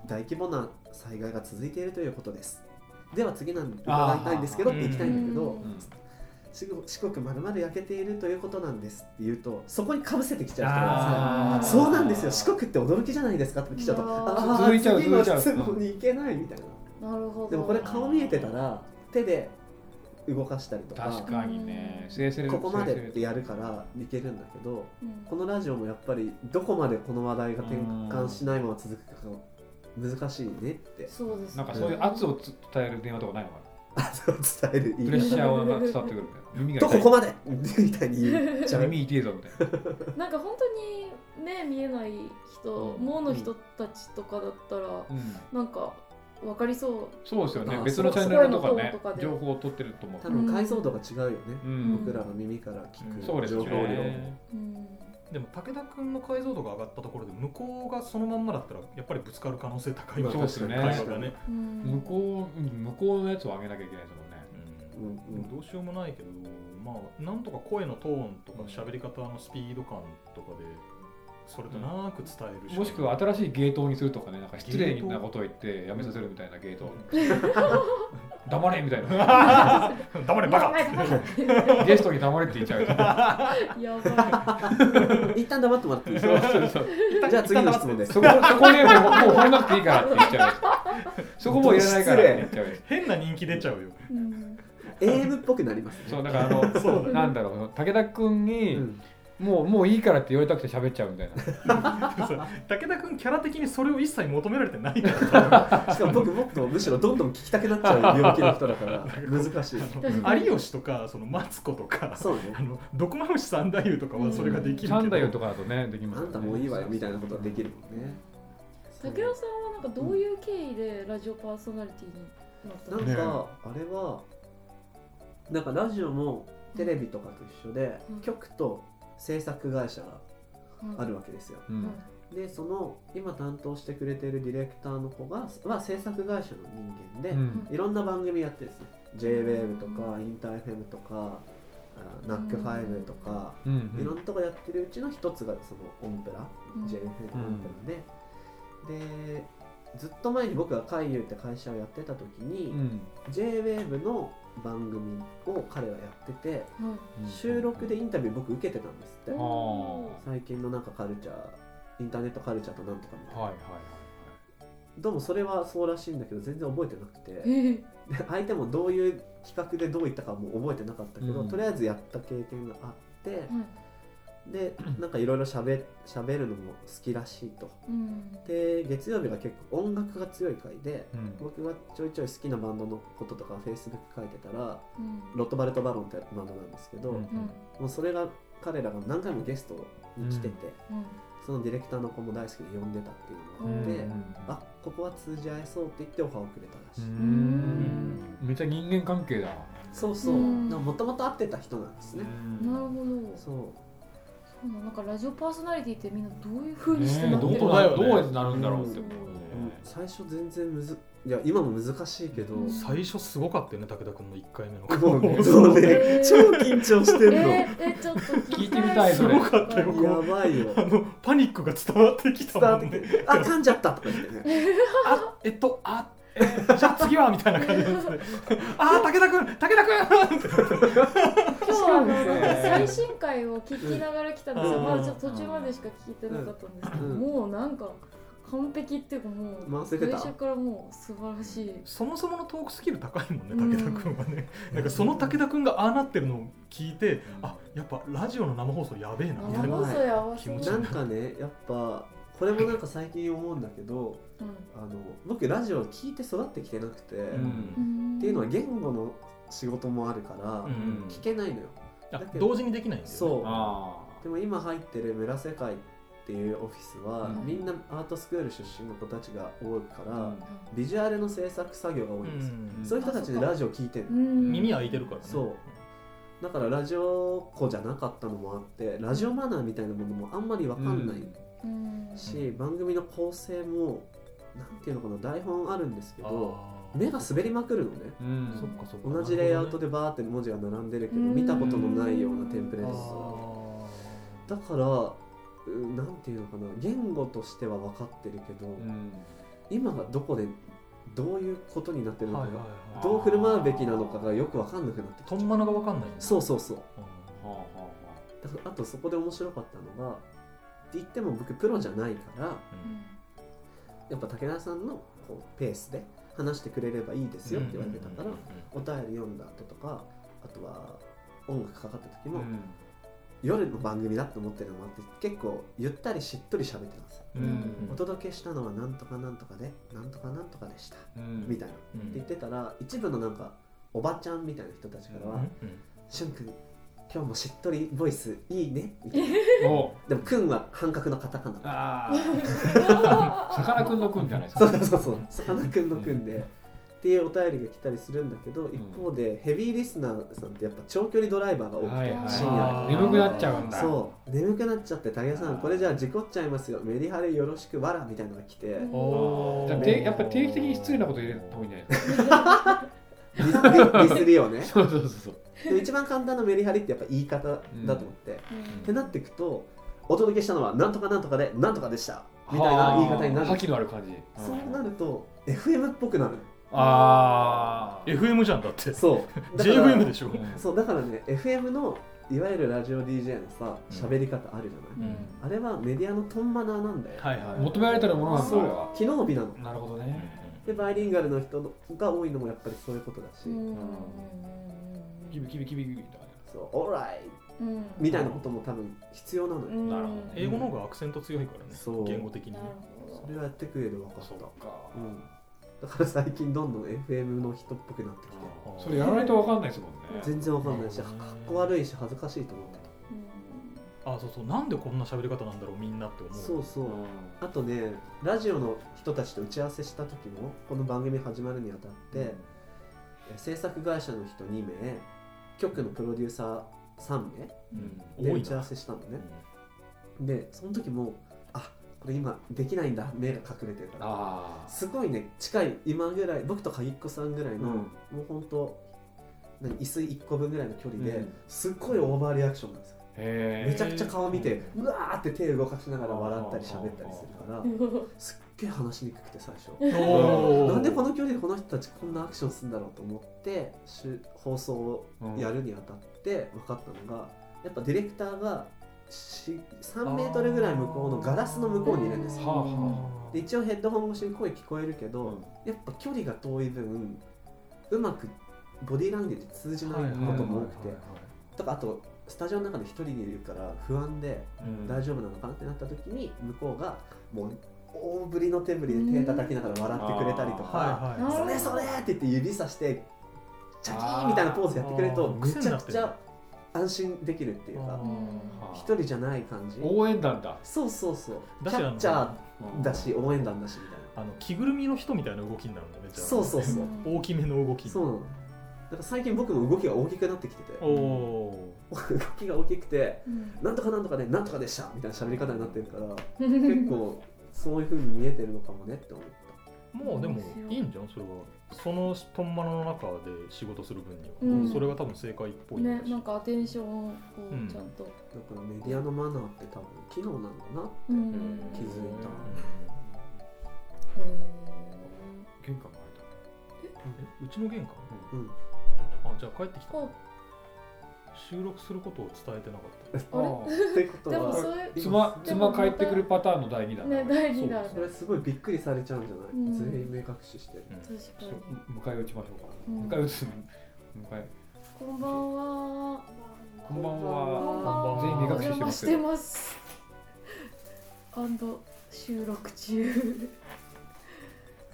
[SPEAKER 4] 大規模な災害が続いているということですでは次なんで伺いたいんですけどって行きたいんだけど、
[SPEAKER 5] うん
[SPEAKER 4] 四国四国まるまる焼けているということなんですって言うとそこにかぶせてきちゃう人
[SPEAKER 5] あ
[SPEAKER 4] が
[SPEAKER 5] ー
[SPEAKER 4] さそうなんですよ四国って驚きじゃないですかって来ちゃうと
[SPEAKER 5] うわー
[SPEAKER 4] ああ
[SPEAKER 3] 続いちゃう
[SPEAKER 4] 次の
[SPEAKER 3] 続いち
[SPEAKER 4] 質
[SPEAKER 3] ゃう
[SPEAKER 4] 問に行けないみたいな
[SPEAKER 5] なるほど
[SPEAKER 4] でもこれ顔見えてたら手で動かしたりとか
[SPEAKER 3] 確かにね生成
[SPEAKER 4] ここまでってやるからいけるんだけど
[SPEAKER 5] うん
[SPEAKER 4] このラジオもやっぱりどこまでこの話題が転換しないまま続くかが難しいねって
[SPEAKER 5] そうですね
[SPEAKER 3] なんかそういう圧をつ伝える電話とかないのか
[SPEAKER 4] あそう伝える
[SPEAKER 3] な
[SPEAKER 4] 意
[SPEAKER 3] プレッ
[SPEAKER 4] 味 *laughs*
[SPEAKER 3] シャーが伝わってくるみたいな耳
[SPEAKER 4] と
[SPEAKER 3] が
[SPEAKER 4] ここ
[SPEAKER 3] 痛
[SPEAKER 4] まで *laughs* みたいに言っちゃ
[SPEAKER 3] いう耳痛いぞみたいな
[SPEAKER 5] なんか本当に目見えない人
[SPEAKER 3] うん
[SPEAKER 5] 盲の人たちとかだったら
[SPEAKER 3] うん
[SPEAKER 5] なんか分かりそ
[SPEAKER 3] そうですよね
[SPEAKER 4] あ
[SPEAKER 3] 別のチャンネルとか
[SPEAKER 5] そう声の
[SPEAKER 3] ね
[SPEAKER 5] トーンとかで
[SPEAKER 3] 情報を取ってると思う
[SPEAKER 4] 多分解像度が違うよね、
[SPEAKER 3] うん
[SPEAKER 4] 僕らの耳から聞
[SPEAKER 2] うん
[SPEAKER 3] そう
[SPEAKER 4] く
[SPEAKER 3] です
[SPEAKER 4] 情
[SPEAKER 3] よ
[SPEAKER 4] 報量、
[SPEAKER 3] ね
[SPEAKER 5] う、うん、
[SPEAKER 2] でも武田君の解像度が上がったところで向こうがそのまんまだったらやっぱりぶつかる可能性高いわけ
[SPEAKER 3] そうですよね
[SPEAKER 2] 会話がね、
[SPEAKER 5] うん
[SPEAKER 3] 向こう向こうのやつを上げなきゃいけないですもんね
[SPEAKER 2] う
[SPEAKER 4] う
[SPEAKER 2] ん
[SPEAKER 4] んうん
[SPEAKER 2] どうしようもないけどまあなんとか声のトーンとか喋り方のスピード感とかでそれとなく伝える
[SPEAKER 3] もしくは新しいゲートにするとかねなんか失礼なことを言ってやめさせるみたいなゲート黙れみたいな
[SPEAKER 2] 黙れバカ
[SPEAKER 5] やばい
[SPEAKER 3] ゲストに黙れって言っちゃうとか
[SPEAKER 5] やば
[SPEAKER 4] 一旦黙ってもらっていいです
[SPEAKER 3] そう
[SPEAKER 4] か *laughs*
[SPEAKER 3] そうそう *laughs*
[SPEAKER 4] じゃあ次の質問です
[SPEAKER 3] そこそこねもうもう掘らなくていいからって言っちゃうやつそこもういらないからって言っちゃうや
[SPEAKER 2] 変な人気出ちゃうよ
[SPEAKER 5] い、うん、
[SPEAKER 4] AM っぽくなります
[SPEAKER 3] つそうだからあの
[SPEAKER 2] そうだね
[SPEAKER 3] なんだろうその武田君に、
[SPEAKER 4] うん
[SPEAKER 3] もうもういいからって言われたくて喋っちゃうみたいな
[SPEAKER 4] *laughs*
[SPEAKER 2] でもさ武田君キャラ的にそれを一切求められてないから
[SPEAKER 4] しかも僕もっとむしろどんどん聞きたくなっちゃう病気の人だから難しい
[SPEAKER 2] 多分
[SPEAKER 3] *laughs*
[SPEAKER 2] あの有吉とかそのマツコとか
[SPEAKER 4] そうね
[SPEAKER 2] あの毒マムシ三太夫とかはそれができるけど、
[SPEAKER 3] 三太夫とかだとねできま
[SPEAKER 4] あ
[SPEAKER 3] すよね
[SPEAKER 4] んたもういいわよみたいなことはできるもんね
[SPEAKER 5] 武田さんはなんかどういう経緯でラジオパーソナリティになった
[SPEAKER 4] なん
[SPEAKER 5] の
[SPEAKER 4] か、
[SPEAKER 3] ね
[SPEAKER 4] あれはなんかラジオもテレビとかと一緒で、
[SPEAKER 5] うん
[SPEAKER 4] 局と制作会社が
[SPEAKER 5] うん
[SPEAKER 4] あるわけですよ、
[SPEAKER 3] う
[SPEAKER 5] うんん
[SPEAKER 4] でその今担当してくれてるディレクターの子がは制作会社の人間で、
[SPEAKER 3] うん
[SPEAKER 4] いろんな番組やってるんですね JWAVE とかインターフェムとかあナックファイブとか、
[SPEAKER 3] うんう
[SPEAKER 4] いろん
[SPEAKER 3] ん
[SPEAKER 4] なとこやってるうちの一つがそのオンプラ、
[SPEAKER 5] うん
[SPEAKER 4] JFN オンプラで、でずっと前に僕が海遊って会社をやってた時に、
[SPEAKER 3] うん
[SPEAKER 4] JWAVE の番組を彼はやってて、
[SPEAKER 5] はい
[SPEAKER 4] 収録でインタビュー僕受けてたんですって、
[SPEAKER 5] うん
[SPEAKER 3] あ
[SPEAKER 4] 最近のなんかカルチャーインターネットカルチャーとなんとかみたい
[SPEAKER 3] あ
[SPEAKER 4] な、
[SPEAKER 3] はいはいはい
[SPEAKER 4] どうもそれはそうらしいんだけど全然覚えてなく
[SPEAKER 5] え
[SPEAKER 4] て
[SPEAKER 5] ー
[SPEAKER 4] で *laughs* 相手もどういう企画でどういったかも覚えてなかったけど、
[SPEAKER 3] うん
[SPEAKER 4] とりあえずやった経験があって、
[SPEAKER 5] はい
[SPEAKER 4] でなんかいろいろしゃべるのも好きらしいと
[SPEAKER 5] うん
[SPEAKER 4] で月曜日が結構音楽が強い回で
[SPEAKER 3] うん
[SPEAKER 4] 僕がちょいちょい好きなバンドのこととかフェイスブック書いてたら
[SPEAKER 5] うん
[SPEAKER 4] ロットバルト・バロンってバンドなんですけど、
[SPEAKER 3] うん
[SPEAKER 4] も
[SPEAKER 5] うん
[SPEAKER 4] うそれが彼らが何回もゲストに来てて、
[SPEAKER 5] うん
[SPEAKER 4] そのディレクターの子も大好きで呼んでたっていうのがあって、
[SPEAKER 5] うん
[SPEAKER 4] あここは通じ合えそうって言ってオファーをくれたらし
[SPEAKER 3] う
[SPEAKER 4] い、
[SPEAKER 3] んめっちゃ人間関係だ
[SPEAKER 4] そうそう
[SPEAKER 5] うん
[SPEAKER 4] もともと会ってた人なんですね、
[SPEAKER 5] なるほど
[SPEAKER 4] そう
[SPEAKER 5] そうなのなんかラジオパーソナリティってみんなどういうふうにしてな
[SPEAKER 3] ねえ
[SPEAKER 5] って
[SPEAKER 3] ど
[SPEAKER 5] る
[SPEAKER 3] う
[SPEAKER 5] の
[SPEAKER 2] 本当
[SPEAKER 3] な
[SPEAKER 2] だよ
[SPEAKER 3] ど
[SPEAKER 2] ね
[SPEAKER 3] うやってなるんだろうって思う
[SPEAKER 4] うん
[SPEAKER 3] ね
[SPEAKER 4] 最初全然むずいや今も難しいけど、
[SPEAKER 5] うん
[SPEAKER 2] 最初すごかったよね武田君の1回目の
[SPEAKER 4] そう
[SPEAKER 2] *laughs*
[SPEAKER 4] ねそう
[SPEAKER 5] え
[SPEAKER 4] ね
[SPEAKER 5] ー
[SPEAKER 4] 超緊張してるの、
[SPEAKER 5] えー、えーちょっと聞
[SPEAKER 3] 聞いてみたい
[SPEAKER 2] それすごかったよ
[SPEAKER 5] うん
[SPEAKER 4] やばいよ
[SPEAKER 2] *laughs* あのパニックが伝わってきた
[SPEAKER 4] 伝わ
[SPEAKER 2] も
[SPEAKER 4] っ
[SPEAKER 2] ん
[SPEAKER 4] て
[SPEAKER 2] ね
[SPEAKER 4] くるあ噛んじゃったとか言ってね
[SPEAKER 2] あえっとあえーじゃあ次はみたいな感じですねあー武田君武田君
[SPEAKER 5] 今日はあの
[SPEAKER 3] そうですね
[SPEAKER 5] 最新回を聞きながら来たんですよ、
[SPEAKER 4] うん
[SPEAKER 5] まだちょっと途中までしか聞いてなかったんですけど、
[SPEAKER 4] うん
[SPEAKER 5] もうなんか完璧っていうかもう
[SPEAKER 4] 回せてた
[SPEAKER 5] 初からもう素晴らしい
[SPEAKER 2] そもそものトークスキル高いもんね武田君はね、なんかその武田君がああなってるのを聞いて、あやっぱラジオの生放送やべえなみた
[SPEAKER 5] 生
[SPEAKER 2] いな
[SPEAKER 5] 放送やわ
[SPEAKER 2] 気持ちいい
[SPEAKER 4] なんかねやっぱこれもなんか最近思うんだけどあの僕ラジオ聞いて育ってきてなくて、
[SPEAKER 2] う
[SPEAKER 4] っ
[SPEAKER 2] ん
[SPEAKER 4] ていうのは言語の仕事もあるから、
[SPEAKER 2] うん
[SPEAKER 4] 聞けないのよだ
[SPEAKER 2] あ
[SPEAKER 4] けど
[SPEAKER 2] 同時にできないんだよね
[SPEAKER 4] そう
[SPEAKER 3] あ
[SPEAKER 4] でも今入ってる「村世界」っていうオフィスは、
[SPEAKER 2] うん
[SPEAKER 4] みんなアートスクール出身の子たちが多いから、
[SPEAKER 3] あ
[SPEAKER 4] ビジュアルの制作作業が多いんですよ、
[SPEAKER 2] ん
[SPEAKER 4] そういう人たちでラジオ聞いてる
[SPEAKER 5] うん
[SPEAKER 2] 耳開いてるからね
[SPEAKER 4] そうだからラジオ子じゃなかったのもあってラジオマナーみたいなものもあんまりわかんない
[SPEAKER 5] うん
[SPEAKER 4] し、番組の構成もなんていうのかな台本あるんですけど
[SPEAKER 2] あー
[SPEAKER 4] 目が滑りまくるのね
[SPEAKER 3] うん
[SPEAKER 2] そっかそっか
[SPEAKER 4] 同じレイアウトでバーって文字が並んでるけど
[SPEAKER 5] うん
[SPEAKER 4] 見たことのないようなテンプレ
[SPEAKER 2] な
[SPEAKER 4] ー
[SPEAKER 2] る
[SPEAKER 4] ト
[SPEAKER 2] ほ
[SPEAKER 4] だからうんなんていうのかな言語としては分かってるけど、
[SPEAKER 3] うん
[SPEAKER 4] 今がどこでどういうことになってるのか
[SPEAKER 2] は
[SPEAKER 4] が、
[SPEAKER 2] いはいはい
[SPEAKER 4] どう振る舞うべきなのかがよく分かんなくなってきち
[SPEAKER 2] と
[SPEAKER 4] ゃうん
[SPEAKER 2] まなが分かんないんだ
[SPEAKER 4] そうそうそう
[SPEAKER 2] う
[SPEAKER 3] はあはあは
[SPEAKER 4] だからあとそこで面白かったのがって言っても僕プロじゃないから
[SPEAKER 2] ん
[SPEAKER 4] やっぱ武田さんのこうペースで話してくれればいいですよって言われてたから、
[SPEAKER 2] うん
[SPEAKER 4] お便り読んだ後とかあとは音楽かかった時
[SPEAKER 3] あ
[SPEAKER 4] も、夜の番組だと思ってるのもあって結構ゆったりしっとり喋ってたんですよ、
[SPEAKER 2] うんうん
[SPEAKER 5] うん
[SPEAKER 4] お届けしたのはなんとかなんとかでなんとかなんとかでした、
[SPEAKER 3] うん
[SPEAKER 4] みたいなって
[SPEAKER 2] うん
[SPEAKER 4] 言ってたら一部のなんかおばちゃんみたいな人たちからは「しゅんくん今日もしっとりボイスいいね」みたいな
[SPEAKER 3] お
[SPEAKER 4] でも「くん」は半角のカタカナ
[SPEAKER 3] ああさかなクンのくんじゃないです
[SPEAKER 4] そう
[SPEAKER 3] か
[SPEAKER 4] そうそうそうさかなクンのくんで、っていうお便りが来たりするんだけど一方でヘビーリスナーさんってやっぱ長距離ドライバーが多くて、
[SPEAKER 3] はいはい
[SPEAKER 4] 深夜
[SPEAKER 3] あー眠くなっちゃうんだ
[SPEAKER 4] そう眠くなっちゃって武井さんこれじゃあ事故っちゃいますよメリハリよろしくわらみたいなのが来て
[SPEAKER 5] うん
[SPEAKER 2] おー
[SPEAKER 3] じゃあてやっぱ定期的に失礼なこと入れた方がいいんじゃないですか
[SPEAKER 4] ディスディスりをね
[SPEAKER 3] そうそうそう
[SPEAKER 4] で一番簡単なメリハリってやっぱ言い方だと思って、ってなっていくとお届けしたのはなんとかなんとかでなんとかでしたみたいな言い方になる
[SPEAKER 3] 覇気のある感じ
[SPEAKER 4] そうなると FM っぽくなる
[SPEAKER 3] ああ
[SPEAKER 2] FM じゃんだって
[SPEAKER 4] そうだから
[SPEAKER 2] JFM でしょ
[SPEAKER 4] そうだからね FM のいわゆるラジオ DJ のさ
[SPEAKER 2] うん
[SPEAKER 4] 喋り方あるじゃない、あれはメディアのトンマナーなんだよ、
[SPEAKER 2] はいはい
[SPEAKER 3] 求められてるものなんだ
[SPEAKER 4] そ
[SPEAKER 3] あれ
[SPEAKER 4] う
[SPEAKER 3] は
[SPEAKER 4] 機能美なの
[SPEAKER 3] なるほど
[SPEAKER 2] うん
[SPEAKER 3] ね
[SPEAKER 4] でバイリンガルの人のが多いのもやっぱりそういうことだし、
[SPEAKER 3] キビキビキビキビとかね
[SPEAKER 4] そう「オーライ」みたいなことも多分必要なのよ、
[SPEAKER 5] な
[SPEAKER 3] なるほどね
[SPEAKER 2] 英語の方がアクセント強いからね
[SPEAKER 4] そう
[SPEAKER 2] 言語的にね
[SPEAKER 5] なるほ
[SPEAKER 4] それはやってくれる分かった
[SPEAKER 3] そうか
[SPEAKER 4] うん、だから最近どんどん FM の人っぽくなってきて
[SPEAKER 2] ー
[SPEAKER 3] それやらないとわかんないですもんね
[SPEAKER 4] 全然わかんないし
[SPEAKER 2] うん
[SPEAKER 4] かっこ悪いし恥ずかしいと思ってた
[SPEAKER 5] ど。
[SPEAKER 2] あそうそうなんでこんな喋り方なんだろうみんなって思う
[SPEAKER 4] そうそうあとねラジオの人たちと打ち合わせした時もこの番組始まるにあたって、え制作会社の人2名局のプロデューサー3
[SPEAKER 2] うん
[SPEAKER 4] 名で
[SPEAKER 2] 多
[SPEAKER 4] 打
[SPEAKER 2] い
[SPEAKER 4] ち合わ
[SPEAKER 2] な
[SPEAKER 4] せしたの
[SPEAKER 2] う
[SPEAKER 4] ね
[SPEAKER 2] ん
[SPEAKER 4] でその時もあこれ今できないんだ目が隠れてるから
[SPEAKER 3] あ
[SPEAKER 4] すごいね近い今ぐらい僕と鍵っ子さんぐらいの、もうほんと何椅子1個分ぐらいの距離で、
[SPEAKER 3] うん
[SPEAKER 4] すっごいオーバーリアクションなんですよ
[SPEAKER 3] へえ
[SPEAKER 4] めちゃくちゃ顔見てうわーって手動かしながら笑ったり喋ったりするからすっげえ話しにくくて最初
[SPEAKER 2] おー
[SPEAKER 4] なんでこの距離でこの人たちこんなアクションするんだろうと思ってしゅ放送をやるにあたって分かったのがやっぱディレクターがし3メートルぐらい向こうのガラスの向こうにいるんです
[SPEAKER 3] は
[SPEAKER 4] よ
[SPEAKER 3] あは
[SPEAKER 4] で一応ヘッドホン越しに声聞こえるけど、やっぱ距離が遠い分うまくボディーランゲージ通じないことも多くてとかあとスタジオの中で一人でいるから不安で
[SPEAKER 3] うん
[SPEAKER 4] 大丈夫なのかなってなった時に向こうがもう大ぶりの手振りで手叩きながら笑ってくれたりと
[SPEAKER 2] はい
[SPEAKER 4] か
[SPEAKER 2] はいはい
[SPEAKER 4] それそれって言って指さしてチャキーンみたいなポーズやってくれると
[SPEAKER 2] あー
[SPEAKER 4] めちゃくち
[SPEAKER 2] 癖にな
[SPEAKER 4] ゃ安心できるっていうか
[SPEAKER 2] あ
[SPEAKER 4] 一人じゃない感じ
[SPEAKER 3] 応援団だ
[SPEAKER 4] そうそうそうキ
[SPEAKER 2] だし
[SPEAKER 4] ャッチャ
[SPEAKER 3] う
[SPEAKER 4] ー
[SPEAKER 3] ん
[SPEAKER 4] だし応援団だしみたい
[SPEAKER 2] あの着ぐるみの人みたいな動きになるんだねじ
[SPEAKER 4] な
[SPEAKER 2] ゃあ
[SPEAKER 4] そうそうそう
[SPEAKER 2] 大きめの動き
[SPEAKER 4] そうなのだから最近僕も動きが大きくなってきてて
[SPEAKER 2] おお
[SPEAKER 4] 動きが大きくてなんとかなんとかでなんとかでしたみたいな喋り方になってるから結構そういう風に見えてるのかもねって思った
[SPEAKER 2] ーもうでもいいんじゃんそれはそのとんまの中で仕事する分には、
[SPEAKER 5] うん
[SPEAKER 2] それが多分正解っぽい
[SPEAKER 5] ね
[SPEAKER 2] だし
[SPEAKER 5] なんかアテンションをちゃんと。
[SPEAKER 4] だからメディアのマナーって多分機能なんだな
[SPEAKER 5] うん
[SPEAKER 4] 気づいた
[SPEAKER 3] 玄関が
[SPEAKER 2] えうちの玄関、
[SPEAKER 4] うん
[SPEAKER 2] あじゃあ帰ってきた
[SPEAKER 5] あ
[SPEAKER 2] 収録することを伝えてなかった
[SPEAKER 5] あれ
[SPEAKER 3] 開いた
[SPEAKER 4] ってこと
[SPEAKER 5] でも
[SPEAKER 4] は
[SPEAKER 5] それ
[SPEAKER 3] 妻妻帰ってくるパターンの第二弾
[SPEAKER 5] ね第二弾
[SPEAKER 4] それすごいびっくりされちゃうんじゃない、
[SPEAKER 5] うん
[SPEAKER 4] 全員目隠ししてる
[SPEAKER 2] うん
[SPEAKER 5] 確かに。
[SPEAKER 3] 迎え撃ちましょうか
[SPEAKER 5] うん
[SPEAKER 3] 迎え撃つ迎え
[SPEAKER 5] こんばんは。
[SPEAKER 3] こんばん
[SPEAKER 5] こんばん
[SPEAKER 3] は
[SPEAKER 5] は。
[SPEAKER 3] 全員目
[SPEAKER 5] お
[SPEAKER 3] 隠しして
[SPEAKER 5] 邪魔
[SPEAKER 3] ま
[SPEAKER 5] し
[SPEAKER 3] す
[SPEAKER 5] て
[SPEAKER 3] け
[SPEAKER 5] *laughs*
[SPEAKER 3] ど
[SPEAKER 5] ます。アンド収録中。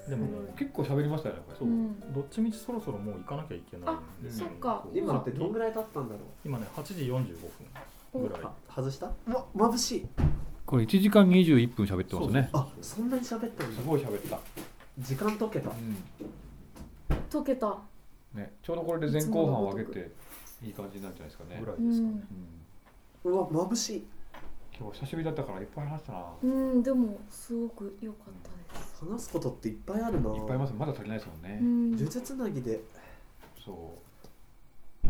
[SPEAKER 2] でもね
[SPEAKER 3] 結構喋りましたよねこれ
[SPEAKER 2] そう、
[SPEAKER 5] うん
[SPEAKER 2] どっちみちそろそろもう行かなきゃいけないんです
[SPEAKER 5] あそっか
[SPEAKER 4] 今ってどんぐ
[SPEAKER 2] らい
[SPEAKER 4] らい経ったんだろ
[SPEAKER 2] 今ね8時45分ぐらい、
[SPEAKER 4] うあ外したうわ眩しい
[SPEAKER 3] これ1時間21分喋ってますね
[SPEAKER 4] あそんなに喋ったん
[SPEAKER 3] す
[SPEAKER 4] だ
[SPEAKER 3] ごい喋った、
[SPEAKER 4] 時間解けた
[SPEAKER 5] 溶けた。
[SPEAKER 3] ね、ちょうどこれで前後半を上げていい感じになるんじゃないですかね
[SPEAKER 2] ぐらいうですか
[SPEAKER 5] ん
[SPEAKER 2] ね、。
[SPEAKER 3] うん
[SPEAKER 4] うわ眩しい
[SPEAKER 3] 今日久しぶりだったからいっぱい話したな
[SPEAKER 5] うん、でもすごく良かったです。
[SPEAKER 4] 話すことっていっぱいあるない
[SPEAKER 3] っぱいいますまだ足りないですもんね、
[SPEAKER 5] うん。
[SPEAKER 4] 呪術つなぎで
[SPEAKER 3] そう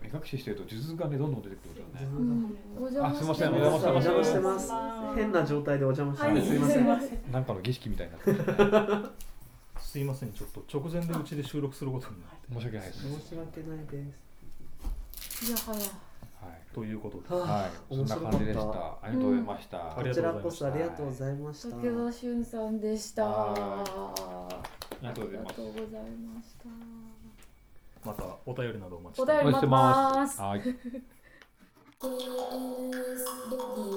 [SPEAKER 3] 目隠ししてると数珠がねどんどん出てくるんだよね
[SPEAKER 5] うんお邪魔してます。
[SPEAKER 3] あすいませんお邪魔してます
[SPEAKER 4] お邪魔してます変な状態でお邪魔して、
[SPEAKER 5] はい、
[SPEAKER 4] す
[SPEAKER 5] す
[SPEAKER 4] い
[SPEAKER 5] *laughs* い
[SPEAKER 4] ま
[SPEAKER 5] ま
[SPEAKER 4] せ
[SPEAKER 5] せ
[SPEAKER 4] ん
[SPEAKER 5] ん。
[SPEAKER 3] なんかの儀式みたいになってる、ね、
[SPEAKER 2] すいませんちょっと直前でうちで収録することになって
[SPEAKER 3] 申し訳ないです。
[SPEAKER 4] 申し訳ないです。
[SPEAKER 5] いやはや
[SPEAKER 3] はい。
[SPEAKER 2] ということで
[SPEAKER 3] はい。そんな感じでした。ありがとうございました。
[SPEAKER 2] あり
[SPEAKER 4] こ
[SPEAKER 2] が
[SPEAKER 4] ち
[SPEAKER 2] とうございました
[SPEAKER 4] らこそありがとうございました。
[SPEAKER 5] 武田俊さんでした
[SPEAKER 3] は
[SPEAKER 5] あ
[SPEAKER 3] りがとうございます
[SPEAKER 5] りがとうございました
[SPEAKER 2] またお便りなどお待ちしてお
[SPEAKER 5] お便り
[SPEAKER 2] ります
[SPEAKER 5] 待ってます
[SPEAKER 3] はい。
[SPEAKER 1] KNS レディオ